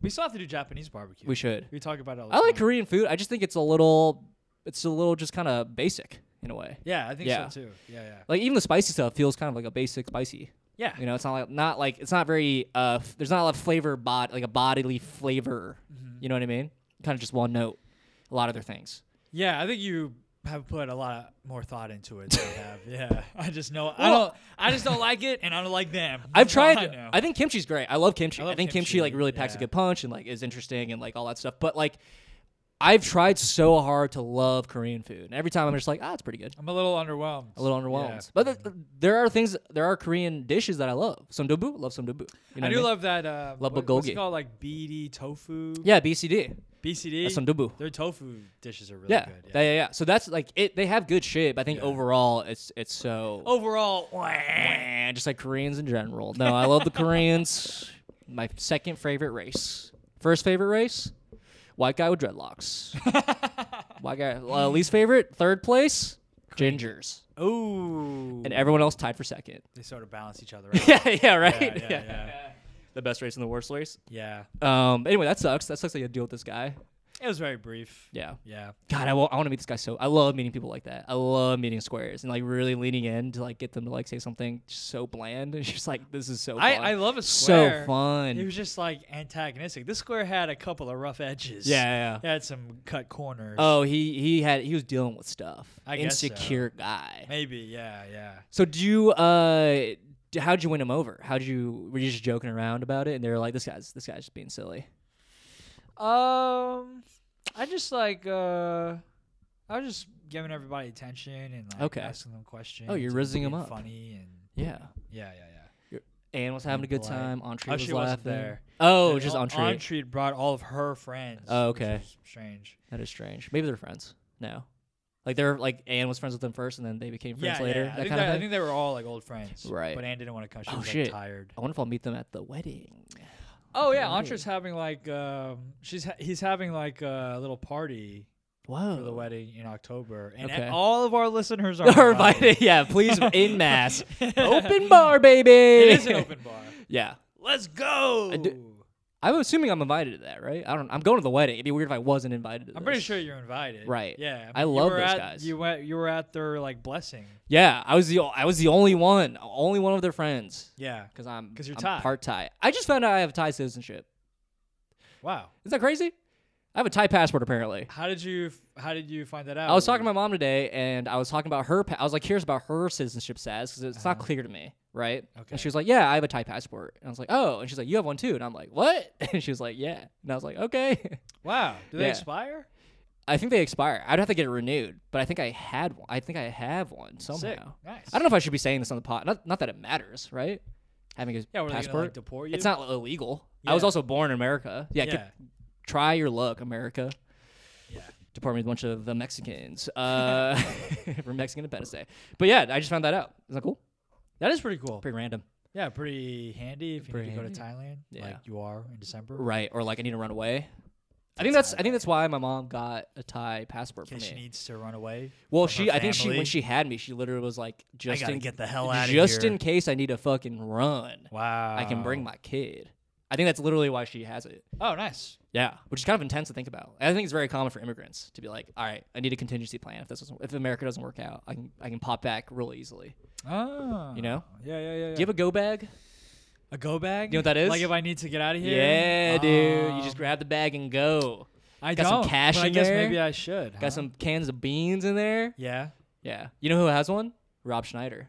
S2: We still have to do Japanese barbecue.
S1: We should.
S2: We talk about it. All the
S1: I like
S2: time.
S1: Korean food. I just think it's a little it's a little just kind of basic in a way.
S2: Yeah, I think
S1: Yeah.
S2: so too. Yeah, yeah,
S1: Like even the spicy stuff feels kind of like a basic spicy.
S2: yeah.
S1: You know, it's not like not like it's not very uh f- there's not a lot of flavor bod like a bodily flavor.
S2: Mm-hmm.
S1: You know what I mean? Kind of just one note. A lot of their things.
S2: Yeah, I think you have put a lot more thought into it than I have. Yeah, I just know I
S1: Well-
S2: don't. I just don't like it, and I don't like them.
S1: I've
S2: That's all
S1: tried.
S2: I,
S1: I,
S2: know.
S1: think kimchi's great. I love kimchi.
S2: I
S1: I,
S2: love
S1: think kimchi,
S2: kimchi,
S1: like really packs
S2: yeah.
S1: a good punch and like is interesting and like all that stuff. But like, I've tried so hard to love Korean food, and every time I'm just like, ah, it's pretty good.
S2: I'm a little underwhelmed.
S1: A little
S2: Yeah.
S1: underwhelmed. But th- th- there are things. There are Korean dishes that I love. Some dobu, love some dobu. You know what
S2: I do
S1: mean?
S2: love that. Um,
S1: Love
S2: what, what's it
S1: bulgogi.
S2: called like BD tofu.
S1: Yeah, BCD.
S2: BCD.
S1: That's some dobu.
S2: Their tofu dishes are really
S1: Yeah.
S2: good.
S1: yeah, yeah, yeah. So that's like it. They have good shit, but I think overall, it's it's
S2: Oh,
S1: so
S2: Overall,
S1: Wah, Eh, just like Koreans in general. No, I love the Koreans. My second favorite race. First favorite race, white guy with dreadlocks. white guy. Uh, least favorite, third place, gingers,
S2: ooh,
S1: and everyone else tied for second.
S2: they sort of balance each other out.
S1: yeah, yeah, right.
S2: yeah, yeah, yeah,
S1: The best race and the worst race.
S2: yeah.
S1: Um. Anyway, that sucks. That sucks. That you had to deal with this guy.
S2: It was very brief.
S1: Yeah.
S2: Yeah.
S1: God, I want, I want to meet this guy so. I love meeting people like that. I love meeting squares and like really leaning in to like get them to like say something so bland. It's just like this is so.
S2: I,
S1: fun.
S2: I love a square.
S1: so fun.
S2: It was just like antagonistic. This square had a couple of rough edges.
S1: Yeah, yeah, yeah.
S2: It had some cut corners.
S1: Oh, he he had he was dealing with stuff.
S2: I guess so.
S1: Insecure guy.
S2: Maybe, yeah, yeah.
S1: So do you uh d- how'd you win him over? How'd you were you just joking around about it and they were like, This guy's this guy's just being silly.
S2: Um, I just like uh, I was just giving everybody attention and like
S1: Okay.
S2: asking them questions.
S1: Oh, you're
S2: and
S1: rizzing 'em
S2: being
S1: up.
S2: Funny and
S1: Yeah.
S2: yeah, yeah, yeah.
S1: Anne was having a good
S2: Like-
S1: time. Entree
S2: Oh,
S1: was
S2: she
S1: laughing.
S2: wasn't there.
S1: Oh,
S2: And
S1: just
S2: Al-
S1: Entree.
S2: Entree brought all of her friends.
S1: Oh,
S2: which
S1: okay.
S2: was strange.
S1: That is strange. Maybe they're friends. No. Like they're like Anne was friends with them first, and then they became friends
S2: yeah,
S1: later.
S2: yeah. I,
S1: That
S2: think
S1: kind
S2: they-
S1: of
S2: I
S1: thing.
S2: think they were all like old friends.
S1: Right.
S2: But Anne didn't want to come. She
S1: Oh,
S2: was
S1: shit.
S2: like tired.
S1: I wonder if I'll meet them at the wedding.
S2: Oh yeah,
S1: Really?
S2: Antra's having like um, she's ha- he's having like a little party
S1: Whoa.
S2: for the wedding in October, and
S1: Oh. Okay.
S2: all of our listeners are,
S1: Or invited. Yeah, please in mass. open bar, baby.
S2: It is an open bar.
S1: Yeah.
S2: Let's go. I
S1: do- I'm assuming I'm invited to that, right? I don't. I'm going to the wedding. It'd be weird if I wasn't invited. To
S2: am pretty
S1: this.
S2: sure you're invited.
S1: Right.
S2: Yeah.
S1: I
S2: mean, you
S1: love
S2: were
S1: those
S2: at-
S1: guys.
S2: You went. You were at their like blessing.
S1: Yeah, I was the o- I was the only one, only one of their friends,
S2: Yeah.
S1: because I'm
S2: 'Cause you're
S1: I'm
S2: Thai.
S1: part Thai. I just found out I have Thai citizenship.
S2: Wow.
S1: Isn't that crazy? I have a Thai passport apparently.
S2: How did you? f- How did you find that out?
S1: I was talking to my mom today, and I was talking about her. Pa- I was like, "Here's about her citizenship status because it's not clear to me, right?"
S2: Uh-huh. Okay.
S1: And she was like, "Yeah, I have a Thai passport." And I was like, "Oh," and she's like, "You have one too?" And I'm like, "What?" And she was like, "Yeah." And I was like, "Okay."
S2: Wow. Do they
S1: Yeah.
S2: expire?
S1: I think they expire. I'd have to get it renewed, but I think I had one. I think I have one somehow.
S2: Sick. Nice.
S1: Oh, I don't know if I should be saying this on the pod. Not, not that it matters, right? Having a
S2: Yeah. Were they gonna like
S1: passport.
S2: deport you?
S1: it's not illegal. I was
S2: Yeah.
S1: also born in America. Yeah,
S2: Yeah.
S1: c- try your luck, America.
S2: Yeah.
S1: Department with a bunch of the Mexicans. Uh, we're Mexican Independence Day. But yeah, I just found that out. Isn't that cool?
S2: That is pretty cool.
S1: Pretty random.
S2: Yeah, pretty handy if you
S1: Pretty
S2: need to go to
S1: handy.
S2: Thailand, like
S1: Yeah.
S2: you are in December.
S1: Right. Or like I need to run away. I think that's I think that's why my mom got a Thai passport for me.
S2: In case she needs to run away.
S1: Well,
S2: from
S1: she,
S2: her
S1: I think she, when
S2: family.
S1: she had me, she literally was like, "Just
S2: gotta
S1: in,
S2: get the hell outta
S1: just
S2: here."
S1: in case I need to fucking run,
S2: Wow.
S1: I can bring my kid." I think that's literally why she has it.
S2: Oh, nice.
S1: Yeah, which is kind of intense to think about. I think it's very common for immigrants to be like, "All right, I need a contingency plan if this doesn't, if America doesn't work out, I can I can pop back real easily."
S2: Oh.
S1: You know?
S2: Yeah, yeah, yeah. yeah.
S1: Do you have a go bag?
S2: a go bag?
S1: You know what that is?
S2: Like if I need to get out of here?
S1: Yeah, dude, you
S2: Um,
S1: just grab the bag and go.
S2: I
S1: got some
S2: don't,
S1: cash
S2: but I
S1: in
S2: guess
S1: there.
S2: maybe I should. huh?
S1: Got some cans of beans in there.
S2: Yeah.
S1: Yeah, you know who has one? Rob Schneider.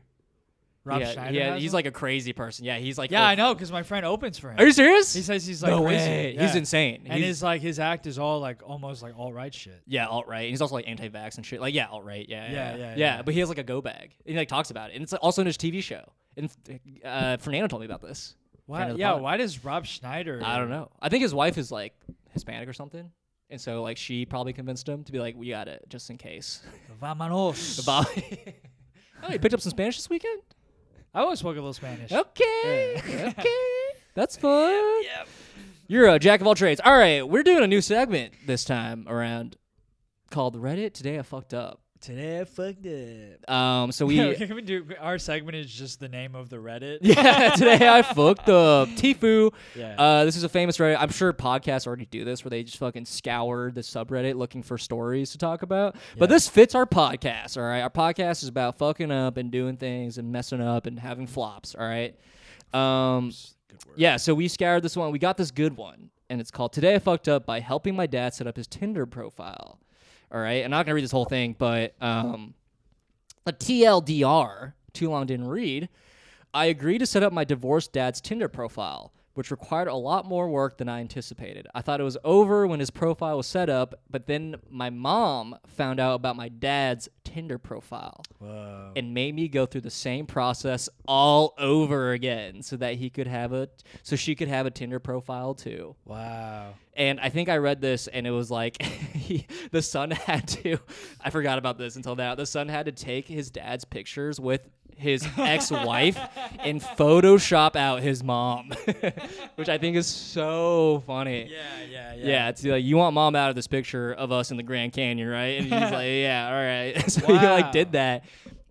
S2: Rob
S1: yeah,
S2: Schneider.
S1: yeah,
S2: has
S1: he's
S2: one?
S1: like a crazy person. Yeah, he's like
S2: Yeah,
S1: a-
S2: I know, because my friend opens for him.
S1: Are you serious?
S2: he says he's like
S1: no
S2: crazy.
S1: way.
S2: Yeah.
S1: He's insane.
S2: And
S1: He's-
S2: his like his act is all like almost like alt right shit.
S1: yeah, alt right. He's also like anti-vax and shit. Like yeah, alt right. Yeah,
S2: Yeah,
S1: yeah,
S2: yeah, yeah.
S1: But he has like a go bag. And he like talks about it, and it's also in his TV show. And uh, Fernando told me about this.
S2: Why?
S1: Friend of the
S2: Yeah.
S1: pod.
S2: Why does Rob Schneider?
S1: I don't know. I think his wife is like Hispanic or something, and so like she probably convinced him to be like, we got it just in case.
S2: Vamanos.
S1: Bob- oh, you picked up some Spanish this weekend.
S2: I always spoke a little Spanish.
S1: Okay,
S2: Yeah.
S1: okay, that's fun. You're a jack of all trades. All right, we're doing a new segment this time around called Reddit. Today I fucked up.
S2: Today I fucked up.
S1: Um, so
S2: Yeah,
S1: we
S2: can we do our segment is just the name of the Reddit.
S1: yeah, today I fucked up. Tifu.
S2: Yeah.
S1: Uh, this is a famous Reddit. I'm sure podcasts already do this where they just fucking scour the subreddit looking for stories to talk about. But
S2: Yeah.
S1: this fits our podcast, all right? Our podcast is about fucking up and doing things and messing up and having flops, all right? Um,
S2: Good word.
S1: yeah, so we scoured this one. We got this good one, and it's called Today I Fucked Up by Helping My Dad Set Up His Tinder Profile. All right, I'm not going to read this whole thing, but um, a TLDR, too long didn't read. I agreed to set up my divorced dad's Tinder profile, which required a lot more work than I anticipated. I thought it was over when his profile was set up, but then my mom found out about my dad's Tinder profile
S2: Whoa.
S1: and made me go through the same process all over again so that he could have a so she could have a Tinder profile too.
S2: Wow.
S1: And I think I read this and it was like he, the son had to I forgot about this until now. The son had to take his dad's pictures with his ex-wife and photoshop out his mom, which I think is so funny.
S2: Yeah, yeah, yeah.
S1: Yeah, it's like you want mom out of this picture of us in the Grand Canyon, right? And she's like, "Yeah, all right." so he
S2: Wow.
S1: like did that.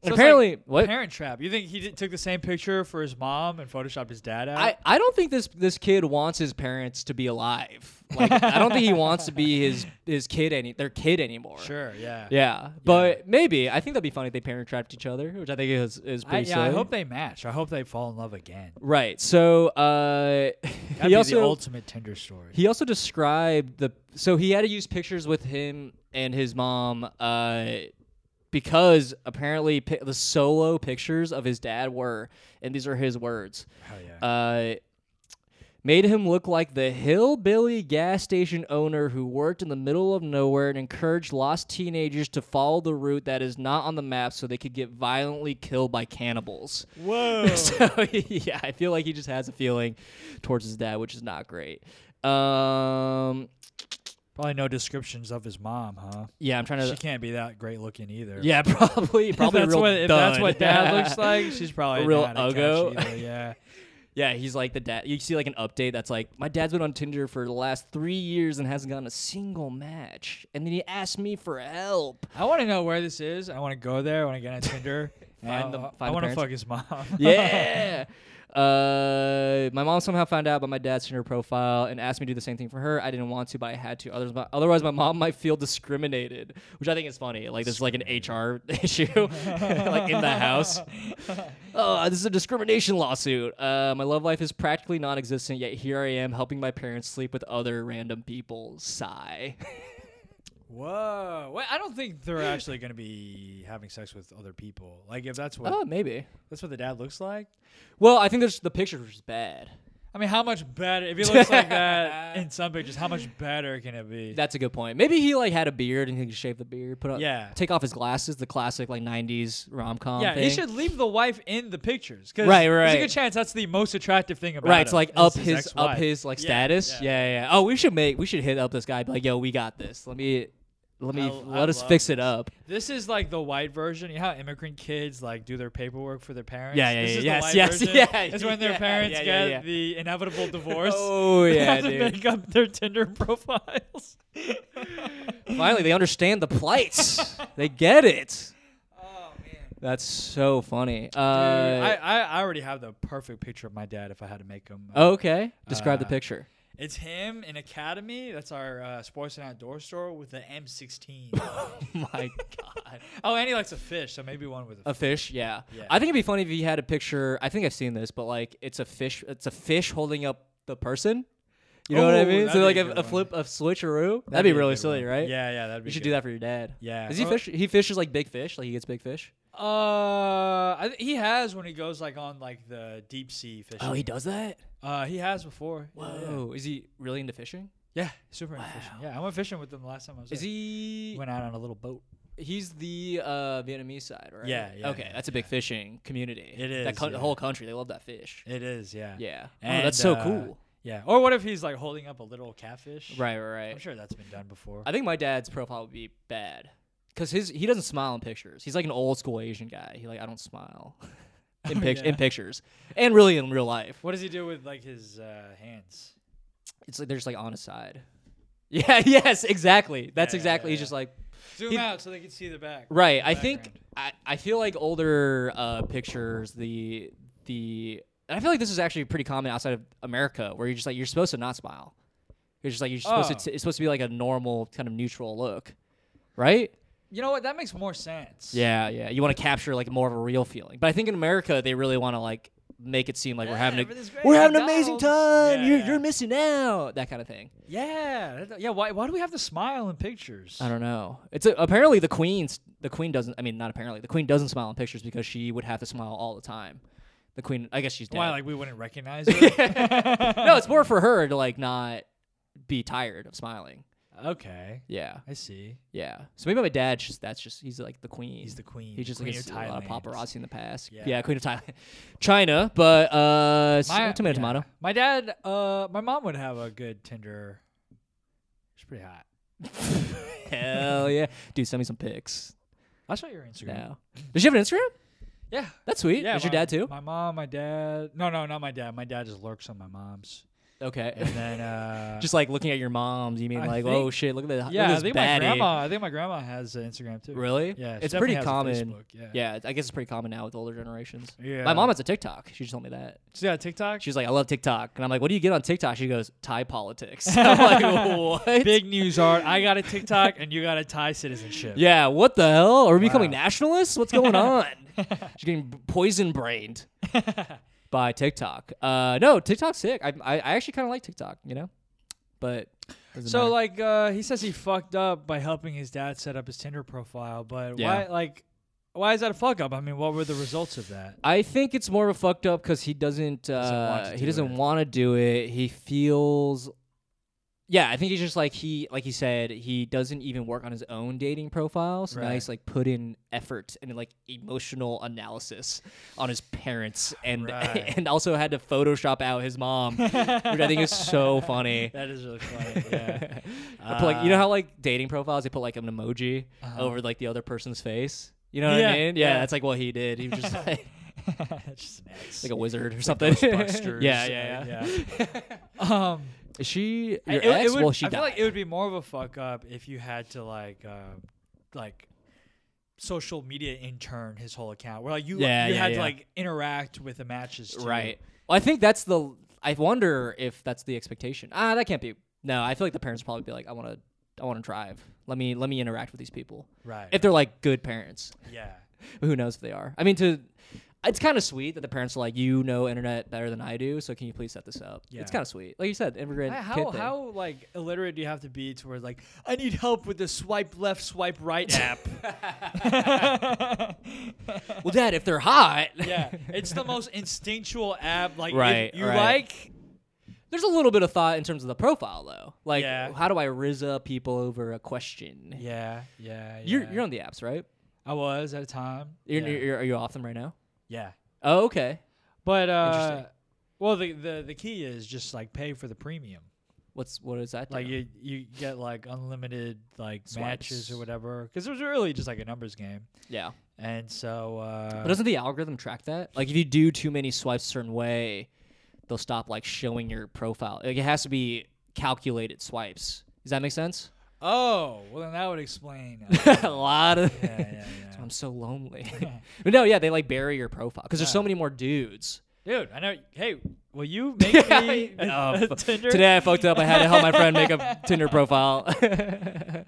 S1: And
S2: So it's
S1: apparently,
S2: like
S1: what?
S2: Parent Trap. You think he did, took the same picture for his mom and photoshopped his dad out?
S1: I, I don't think this this kid wants his parents to be alive. Like I don't think he wants to be his his kid any their kid anymore.
S2: sure. Yeah.
S1: Yeah, but maybe I think that'd be funny if they parent trapped each other, which I think is is
S2: I,
S1: pretty
S2: yeah, I
S1: silly.
S2: hope they match. I hope they fall in love again.
S1: right. So uh,
S2: That'd
S1: he
S2: be
S1: also
S2: the ultimate Tinder story.
S1: he also described the so he had to use pictures with him and his mom uh, because apparently pi- the solo pictures of his dad were, and these are his words.
S2: Hell yeah.
S1: uh, made him look like the hillbilly gas station owner who worked in the middle of nowhere and encouraged lost teenagers to follow the route that is not on the map so they could get violently killed by cannibals.
S2: Whoa.
S1: so, yeah, I feel like he just has a feeling towards his dad, which is not great. Um,
S2: Probably no descriptions of his mom, huh?
S1: Yeah, I'm trying
S2: She
S1: to.
S2: can't be that great looking either.
S1: Yeah, probably.
S2: If
S1: Probably
S2: that's
S1: real
S2: what, if that's
S1: dud.
S2: what dad looks like, she's probably
S1: real
S2: not a catch
S1: uggo.
S2: either, Yeah.
S1: Yeah, he's like the dad. You see like an update that's like, my dad's been on Tinder for the last three years and hasn't gotten a single match, and then he asked me for help.
S2: I want to know where this is. I want to go there. I want to get on Tinder. and
S1: Find the-
S2: I,
S1: find the
S2: want to
S1: parents.
S2: fuck his mom.
S1: Yeah. uh, my mom somehow found out about my dad's Tinder profile and asked me to do the same thing for her. I didn't want to, but I had to. Others, otherwise, my mom might feel discriminated, which I think is funny. Like there's like an HR issue, like in the house. Oh, this is a discrimination lawsuit. Uh, my love life is practically non-existent, yet here I am helping my parents sleep with other random people. Sigh.
S2: Whoa. Well, I don't think they're actually going to be having sex with other people. Like if that's what
S1: oh, maybe.
S2: that's what the dad looks like.
S1: Well, I think there's the picture was just bad.
S2: I mean, how much better if he looks like that in some pictures? How much better can it be?
S1: That's a good point. Maybe he like had a beard and he could shave the beard, put on,
S2: Yeah.
S1: take off his glasses, the classic like '90s rom com.
S2: yeah,
S1: thing.
S2: he should leave the wife in the pictures. 'cause
S1: Right,
S2: There's a
S1: right.
S2: good chance that's the most attractive thing about
S1: Right,
S2: him,
S1: to like
S2: is
S1: up his, up
S2: ex-wife.
S1: his like
S2: Yeah,
S1: status. Yeah. yeah, yeah. Oh, we should make we should hit up this guy. Be like, yo, we got this. Let me let me
S2: I-
S1: let
S2: I
S1: us
S2: love
S1: fix it
S2: this.
S1: up.
S2: This is like the white version. You know how immigrant kids like do their paperwork for their parents.
S1: Yeah, yeah,
S2: this
S1: yeah,
S2: Is
S1: yes,
S2: the white
S1: yes,
S2: version.
S1: yeah,
S2: It's when their
S1: yeah,
S2: parents
S1: yeah, yeah,
S2: get
S1: yeah.
S2: the inevitable divorce.
S1: Oh,
S2: They
S1: yeah,
S2: have to
S1: dude.
S2: make up their Tinder profiles.
S1: Finally, they understand the plight. they get it.
S2: oh man.
S1: That's so funny. Uh,
S2: I, I I already have the perfect picture of my dad if I had to make him. uh,
S1: okay. Describe the
S2: Uh,
S1: picture.
S2: It's him in Academy. That's our uh, sports and outdoor store with the M16.
S1: My God.
S2: oh, and he likes a fish, so maybe one with a.
S1: A fish, yeah.
S2: Yeah.
S1: I think it'd be funny if he had a picture. I think I've seen this, but like it's a fish. It's a fish holding up the person. You know what I
S2: Ooh,
S1: mean? So
S2: that'd
S1: like
S2: be a
S1: a,
S2: good
S1: a
S2: one.
S1: flip, a switcheroo. That'd,
S2: a
S1: be really
S2: good
S1: silly,
S2: one.
S1: right?
S2: Yeah, yeah, that'd be.
S1: You should do
S2: good.
S1: that for your dad.
S2: Yeah.
S1: Is he
S2: Or-
S1: fish? He fishes like big fish. Like he gets big fish.
S2: Uh, I th- he has when he goes like on like the deep sea fishing.
S1: Oh, he does that.
S2: Uh, he has before. Yeah, yeah,
S1: Whoa. Is he really into fishing?
S2: Yeah, Yeah, super into fishing. Yeah, I went fishing with him the last time I was.
S1: Is
S2: there.
S1: he?
S2: Went out on a little boat.
S1: He's the uh, Vietnamese side, right?
S2: Yeah, yeah,
S1: okay,
S2: yeah,
S1: that's a big fishing community.
S2: It
S1: That
S2: is,
S1: coun-
S2: yeah.
S1: The whole country, they love that fish.
S2: It is, yeah.
S1: Yeah. oh,
S2: And,
S1: that's so
S2: uh,
S1: cool.
S2: Yeah. Or what if he's like holding up a little catfish?
S1: Right, right,
S2: I'm
S1: right.
S2: sure that's been done before.
S1: I think my dad's profile would be bad because his he doesn't smile in pictures. He's like an old school Asian guy. He like I don't smile in
S2: Oh,
S1: pic-
S2: yeah.
S1: in pictures and really in real life.
S2: What does he do with like his uh, hands?
S1: It's like they're just like on his side. Yeah. Yes. Exactly. That's
S2: Yeah, yeah,
S1: exactly.
S2: yeah,
S1: he's
S2: yeah.
S1: just like
S2: Zoom
S1: He-
S2: out so they can see the back.
S1: right.
S2: the
S1: I think
S2: background.
S1: I, I feel like older uh, pictures the the and I feel like this is actually pretty common outside of America where you're just like you're supposed to not smile. You're just like you're supposed
S2: Oh.
S1: to. T- it's supposed to be like a normal kind of neutral look, right?
S2: You know what? That makes more sense.
S1: Yeah, yeah. You want to capture like more of a real feeling. But I think in America they really want to like make it seem like we're
S2: Yeah,
S1: having a,
S2: everything's great,
S1: we're having an amazing
S2: McDonald's.
S1: time.
S2: Yeah,
S1: you're
S2: yeah.
S1: you're missing out. That kind of thing.
S2: Yeah. that- Yeah. Why, why do we have the smile in pictures?
S1: I don't know. It's a, apparently the queen's the queen doesn't. I mean, not apparently the queen doesn't smile in pictures because she would have to smile all the time. The queen. I guess she's dead.
S2: Why? Like we wouldn't recognize it?
S1: no, it's more for her to like not be tired of smiling.
S2: Okay.
S1: Yeah,
S2: I see.
S1: yeah. So maybe my dad's just that's just he's like the queen.
S2: He's the queen.
S1: He just
S2: queen
S1: gets
S2: of
S1: a lot of
S2: Thailand.
S1: paparazzi in the past.
S2: Yeah.
S1: Yeah, Queen of Thailand, China, but uh, s-
S2: My,
S1: tomato,
S2: yeah.
S1: tomato.
S2: My dad, uh, my mom would have a good Tinder. She's pretty hot.
S1: Hell yeah, dude, send me some pics
S2: I saw your Instagram.
S1: now. Does she have an Instagram?
S2: Yeah.
S1: That's sweet.
S2: Yeah.
S1: Is your
S2: my-
S1: dad too?
S2: My mom, my dad. No, no, not my dad. My dad just lurks on my mom's.
S1: Okay.
S2: And then, uh,
S1: Just like looking at your mom's, you mean
S2: I
S1: like,
S2: think-
S1: oh shit, look at that.
S2: yeah, I
S1: look at this
S2: think
S1: baddie.
S2: my grandma. I think my grandma has an Instagram too.
S1: Really?
S2: Yeah. she
S1: It's
S2: definitely
S1: pretty
S2: has a
S1: common.
S2: Facebook, Yeah.
S1: Yeah, I guess it's pretty common now with older generations.
S2: Yeah.
S1: My mom has a TikTok. She just told me that.
S2: She's got a TikTok.
S1: She's like, I love TikTok, and I'm like, what do you get on TikTok? She goes, Thai politics. I'm like, what?
S2: Big news art. I got a TikTok and you got a Thai citizenship.
S1: Yeah, what the hell? Are we becoming
S2: Wow.
S1: nationalists? What's going on? She's getting b- poison brained by TikTok. Uh, no, TikTok's sick. I, I, I actually kind of like TikTok, you know? But. doesn't
S2: So
S1: matter.
S2: like uh, he says he fucked up by helping his dad set up his Tinder profile, but
S1: Yeah.
S2: why like why is that a fuck up? I mean, what were the results of that?
S1: I think it's more of a fucked up because he doesn't. Uh,
S2: Doesn't want to
S1: he
S2: do
S1: doesn't
S2: it.
S1: want to do it. He feels yeah, I think he's just like he like he said he doesn't even work on his own dating profile. So now
S2: Right.
S1: he's like put in effort and like emotional analysis on his parents and
S2: Right.
S1: and also had to Photoshop out his mom, which I think is so funny.
S2: That is really funny. Yeah.
S1: I put, like you know how like dating profiles they put like an emoji
S2: Uh. Uh-huh.
S1: over like the other person's face. You know what
S2: Yeah,
S1: I mean? Yeah,
S2: yeah.
S1: that's like what he did. He was just like,
S2: just an X.
S1: like a wizard or something.
S2: Ghostbusters,
S1: yeah,
S2: uh,
S1: yeah, yeah.
S2: um,
S1: Is she
S2: I-
S1: your
S2: it,
S1: ex?
S2: It would,
S1: well, she
S2: I
S1: died.
S2: feel like it would be more of a fuck up if you had to like, uh, like, social media intern his whole account. Where like you,
S1: Yeah,
S2: you
S1: yeah,
S2: had
S1: yeah.
S2: to like interact with the matches. Too.
S1: Right. Well, I think that's the. I wonder if that's the expectation. Ah, that can't be. No, I feel like the parents probably be like, I want to, I want to drive. Let me, let me interact with these people.
S2: Right.
S1: If they're like good parents,
S2: yeah.
S1: who knows if they are? I mean, to, it's kind of sweet that the parents are like, you know, internet better than I do, so can you please set this up?
S2: Yeah.
S1: It's kind of sweet. Like you said, immigrant
S2: How
S1: kid
S2: how,
S1: thing.
S2: how like illiterate do you have to be to where like I need help with the swipe left swipe right app?
S1: well, Dad, if they're hot,
S2: yeah, it's the most instinctual app. Like if
S1: Right,
S2: you
S1: right.
S2: like
S1: There's a little bit of thought in terms of the profile, though. Like,
S2: Yeah.
S1: how do I rizza people over a question?
S2: Yeah, yeah, yeah.
S1: You're you're on the apps, right?
S2: I was at a time.
S1: You're,
S2: yeah.
S1: you're, are you off them right now?
S2: yeah.
S1: Oh, okay.
S2: But uh,
S1: Interesting.
S2: well, the, the the key is just like pay for the premium.
S1: What's what is that?
S2: Like
S1: do?
S2: you you get like unlimited like matches or
S1: Swipes.
S2: whatever. Because it was really just like a numbers game,
S1: yeah.
S2: and so uh,
S1: But doesn't the algorithm track that? Like if you do too many swipes a certain way, they'll stop like showing your profile. Like it has to be calculated swipes. Does that make sense?
S2: oh well, then that would explain. uh,
S1: a lot of.
S2: yeah, yeah, yeah.
S1: I'm so lonely. but no, yeah, they like bury your profile because there's so many more dudes.
S2: Dude, I know. Hey, will you make me a,
S1: Uh,
S2: a Tinder?
S1: Today I fucked up. I had to help my friend make a Tinder profile. I think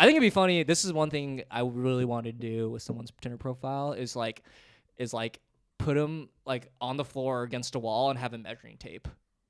S1: it'd be funny. This is one thing I really want to do with someone's Tinder profile is like, is like put them like on the floor against a wall and have a measuring tape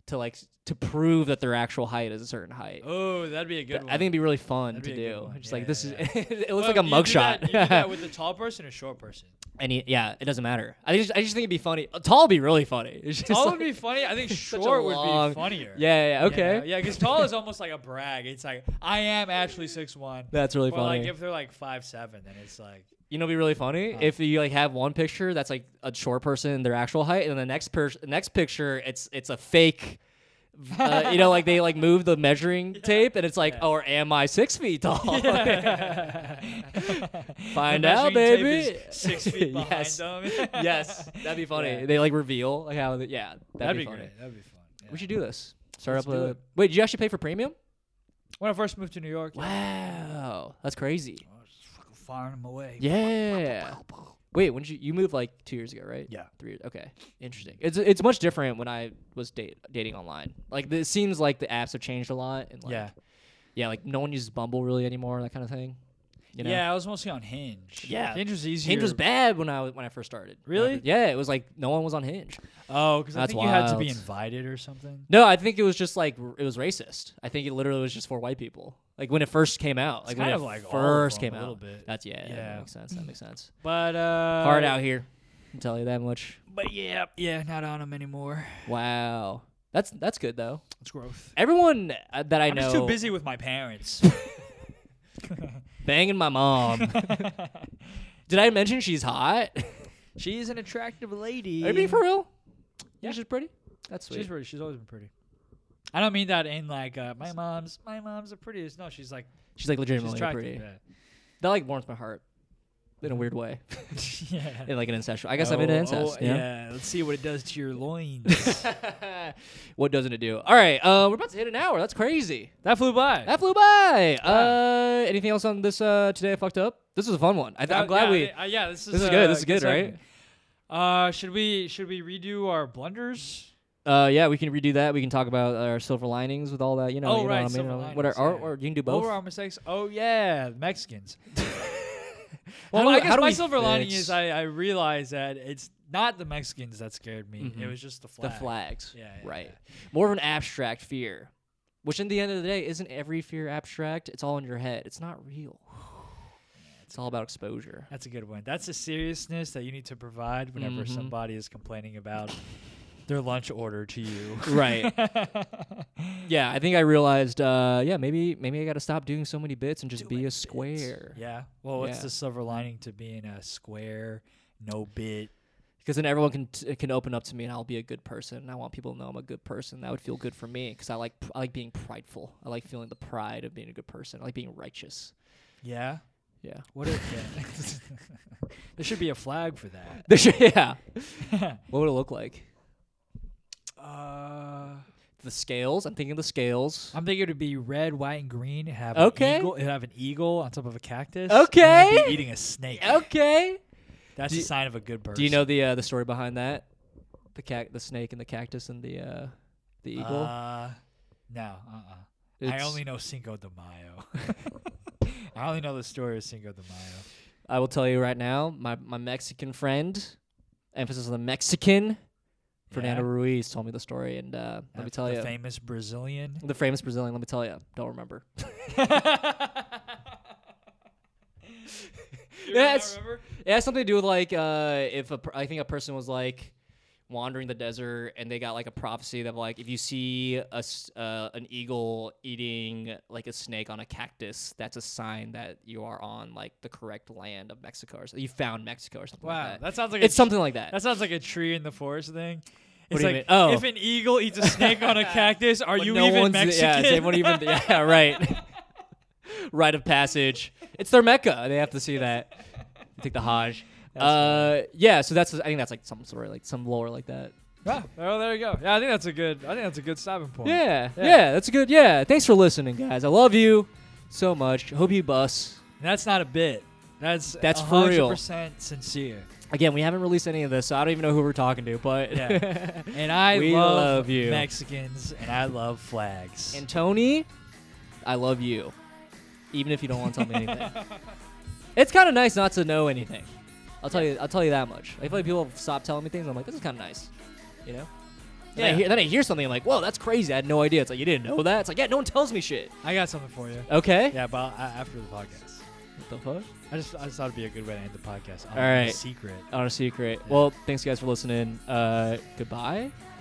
S1: to like s- to prove that their actual height is a certain height.
S2: Oh, that'd be a good
S1: I
S2: one.
S1: think it'd be really fun
S2: That'd
S1: to
S2: be a good
S1: do.
S2: one.
S1: Just like
S2: Yeah,
S1: this
S2: yeah,
S1: is, it looks
S2: Well,
S1: like a
S2: you do that- you do that
S1: mugshot.
S2: with a tall person or short person?
S1: and he, yeah, it doesn't matter. I just I just think it'd be funny. Uh, Tall would be really funny. It's just
S2: Tall
S1: like-
S2: would be funny. I think
S1: such a
S2: short would
S1: long-
S2: be funnier.
S1: yeah, yeah, yeah,
S2: You
S1: okay.
S2: know? Yeah, because tall is almost like a brag. It's like I am actually six one.
S1: That's really
S2: Or
S1: funny.
S2: like if they're like five seven, then it's like
S1: You know, it'd be really funny if you like have one picture that's like a short person, their actual height, and the next person, next picture, it's it's a fake. Uh, you know, like they like move the measuring tape, and it's like,
S2: yeah.
S1: oh, or am I six feet tall? Find
S2: The
S1: out,
S2: measuring tape
S1: baby.
S2: is six feet behind
S1: yes.
S2: them.
S1: yes, that'd be funny.
S2: Yeah.
S1: They like reveal like how. The, yeah, that'd,
S2: that'd
S1: be,
S2: be
S1: funny.
S2: great. That'd be fun. Yeah.
S1: We should do this. Start
S2: Let's
S1: up
S2: do
S1: a.
S2: it.
S1: Wait, did you actually pay for premium?
S2: When I first moved to New York, yeah,
S1: Wow, that's crazy.
S2: I was just fucking firing them away.
S1: Yeah. Wait, when did you you moved like two years ago, right?
S2: Yeah.
S1: Three years. Okay. Interesting. It's it's much different when I was date, dating online. Like it seems like the apps have changed a lot and like
S2: Yeah.
S1: yeah, like no one uses Bumble really anymore, that kind of thing. You know?
S2: Yeah, I was mostly on Hinge.
S1: Yeah.
S2: Hinge was easier.
S1: Hinge was bad when I was- when I first started.
S2: Really?
S1: Yeah, it was like no one was on Hinge.
S2: Oh, because I
S1: That's
S2: think you had to be
S1: wild.
S2: invited or something.
S1: No, I think it was just like r- it was racist. I think it literally was just for white people. Like when it first came out, like when
S2: kind
S1: it
S2: of like all of
S1: first
S2: them
S1: came
S2: a
S1: out.
S2: little bit.
S1: That's yeah,
S2: Yeah.
S1: That makes sense. That makes sense.
S2: But uh,
S1: Hard out here. I'll tell you that much.
S2: But yeah, yeah, not on them anymore.
S1: Wow. That's that's good though.
S2: It's growth.
S1: Everyone uh, that I
S2: I'm
S1: know
S2: just too busy with my parents.
S1: banging my mom. Did I mention she's hot?
S2: She's an attractive lady.
S1: Are you being for real? Yeah,
S2: Yeah.
S1: she's pretty. That's sweet.
S2: she's pretty. She's always been pretty. I don't mean that in like uh, my mom's. My mom's the prettiest. No, she's like
S1: She's like
S2: she's
S1: legitimately
S2: attractive.
S1: pretty. That like warms my heart in a weird way,
S2: Yeah.
S1: in like an ancestral. I guess I'm
S2: Oh,
S1: into incest. you know?
S2: yeah. Let's see what it does to your loins.
S1: what doesn't it do? All right, uh, we're about to hit an hour. That's crazy.
S2: that flew by.
S1: That flew by. Uh, anything else on this uh, today? I fucked up. This was a fun one. I th- I'm
S2: Uh,
S1: glad
S2: yeah,
S1: we.
S2: uh, yeah, this is
S1: This is good.
S2: uh,
S1: This is good, right?
S2: segment. Uh, should we should we redo our blunders?
S1: Uh, yeah, we can redo that. We can talk about our silver linings with all that. You know,
S2: Oh,
S1: you know
S2: right,
S1: what I mean?
S2: silver
S1: what are,
S2: linings,
S1: or,
S2: yeah.
S1: or you can do
S2: What
S1: both.
S2: were our mistakes? Oh yeah, Mexicans.
S1: How
S2: well,
S1: do-
S2: I
S1: how
S2: guess
S1: do
S2: my
S1: we
S2: silver lining
S1: fix
S2: is I, I realized that it's not the Mexicans that scared me. It
S1: Mhm.
S2: was just the flag.
S1: the flags.
S2: Yeah, yeah,
S1: right. More of an abstract fear, which in the end of the day isn't every fear abstract. It's all in your head. It's not real. It's all about exposure.
S2: That's a good one. That's the seriousness that you need to provide whenever
S1: Mhm.
S2: somebody is complaining about their lunch order to you.
S1: right. yeah, I think I realized. Uh, yeah, maybe maybe I got to stop doing so many bits and just be a square.
S2: yeah. Well, what's
S1: Yeah.
S2: the silver lining to being a square, no bit?
S1: Because then everyone can t- can open up to me and I'll be a good person. And I want people to know I'm a good person. That would feel good for me because I like pr- I like being prideful. I like feeling the pride of being a good person. I like being righteous.
S2: Yeah.
S1: Yeah.
S2: What if yeah. there should be a flag for that?
S1: yeah. What would it look like?
S2: Uh,
S1: The scales. I'm thinking the scales.
S2: I'm thinking it would be red, white, and green. and Have
S1: Okay.
S2: An eagle, it'd have an eagle on top of a cactus. and then it'd
S1: Okay.
S2: be eating a snake.
S1: Okay.
S2: That's
S1: Do
S2: a
S1: you-
S2: sign of a good person.
S1: Do you know the uh, the story behind that? The cat, the snake, and the cactus, and the uh, the eagle.
S2: Uh, no. Uh. uh I
S1: It's-
S2: only know Cinco de Mayo. I only know the story of Cinco de Mayo.
S1: I will tell you right now, my, my Mexican friend, emphasis on the Mexican, Fernando
S2: Yeah.
S1: Ruiz told me the story, and uh, let
S2: Uh,
S1: me tell
S2: the
S1: you,
S2: famous Brazilian.
S1: the famous Brazilian. Let me tell you, don't remember. Yes. It has something to do with like uh, if a, per- I think a person was like wandering the desert and they got like a prophecy that like if you see a s- uh, an eagle eating like a snake on a cactus, that's a sign that you are on like the correct land of Mexico or so, you found Mexico or something.
S2: Wow,
S1: like that.
S2: that sounds like
S1: It's
S2: a,
S1: something like that.
S2: That sounds like a tree in the forest thing. It's
S1: do you
S2: like
S1: mean? Oh.
S2: if an eagle eats a snake on a cactus, are
S1: But
S2: you
S1: no
S2: even
S1: one's-
S2: Mexican?
S1: Yeah, is everyone even? Yeah, right. Rite of passage. It's their mecca. They have to see that. Take the Hajj. Uh, yeah. So that's. I think that's like some sort of like some lore like that.
S2: Ah, oh, there you go. Yeah, I think that's a good. I think that's a good stopping point.
S1: Yeah,
S2: Yeah.
S1: yeah. That's good. Yeah. Thanks for listening, guys. I love you so much. Hope you bus.
S2: And that's not a bit. That's
S1: That's for real.
S2: 100% sincere.
S1: Again, we haven't released any of this, so I don't even know who we're talking to. But
S2: Yeah. And I
S1: We
S2: love,
S1: love you.
S2: Mexicans and I love flags.
S1: and Tony, I love you, even if you don't want to tell me anything. It's kind of nice not to know anything. I'll tell you. I'll tell you that much. I feel like people stop telling me things. I'm like, this is kind of nice, you know. Then,
S2: Yeah.
S1: I hear, then I hear something. I'm like, whoa, that's crazy. I had no idea. It's like you didn't know that. It's like, yeah, no one tells me shit.
S2: I got something for you.
S1: Okay.
S2: Yeah, but I, after the podcast.
S1: What the fuck?
S2: I just I just thought it'd be a good way to end the podcast. on
S1: All
S2: a
S1: right.
S2: Secret.
S1: On a secret.
S2: Yeah.
S1: Well, thanks guys for listening. Uh, goodbye.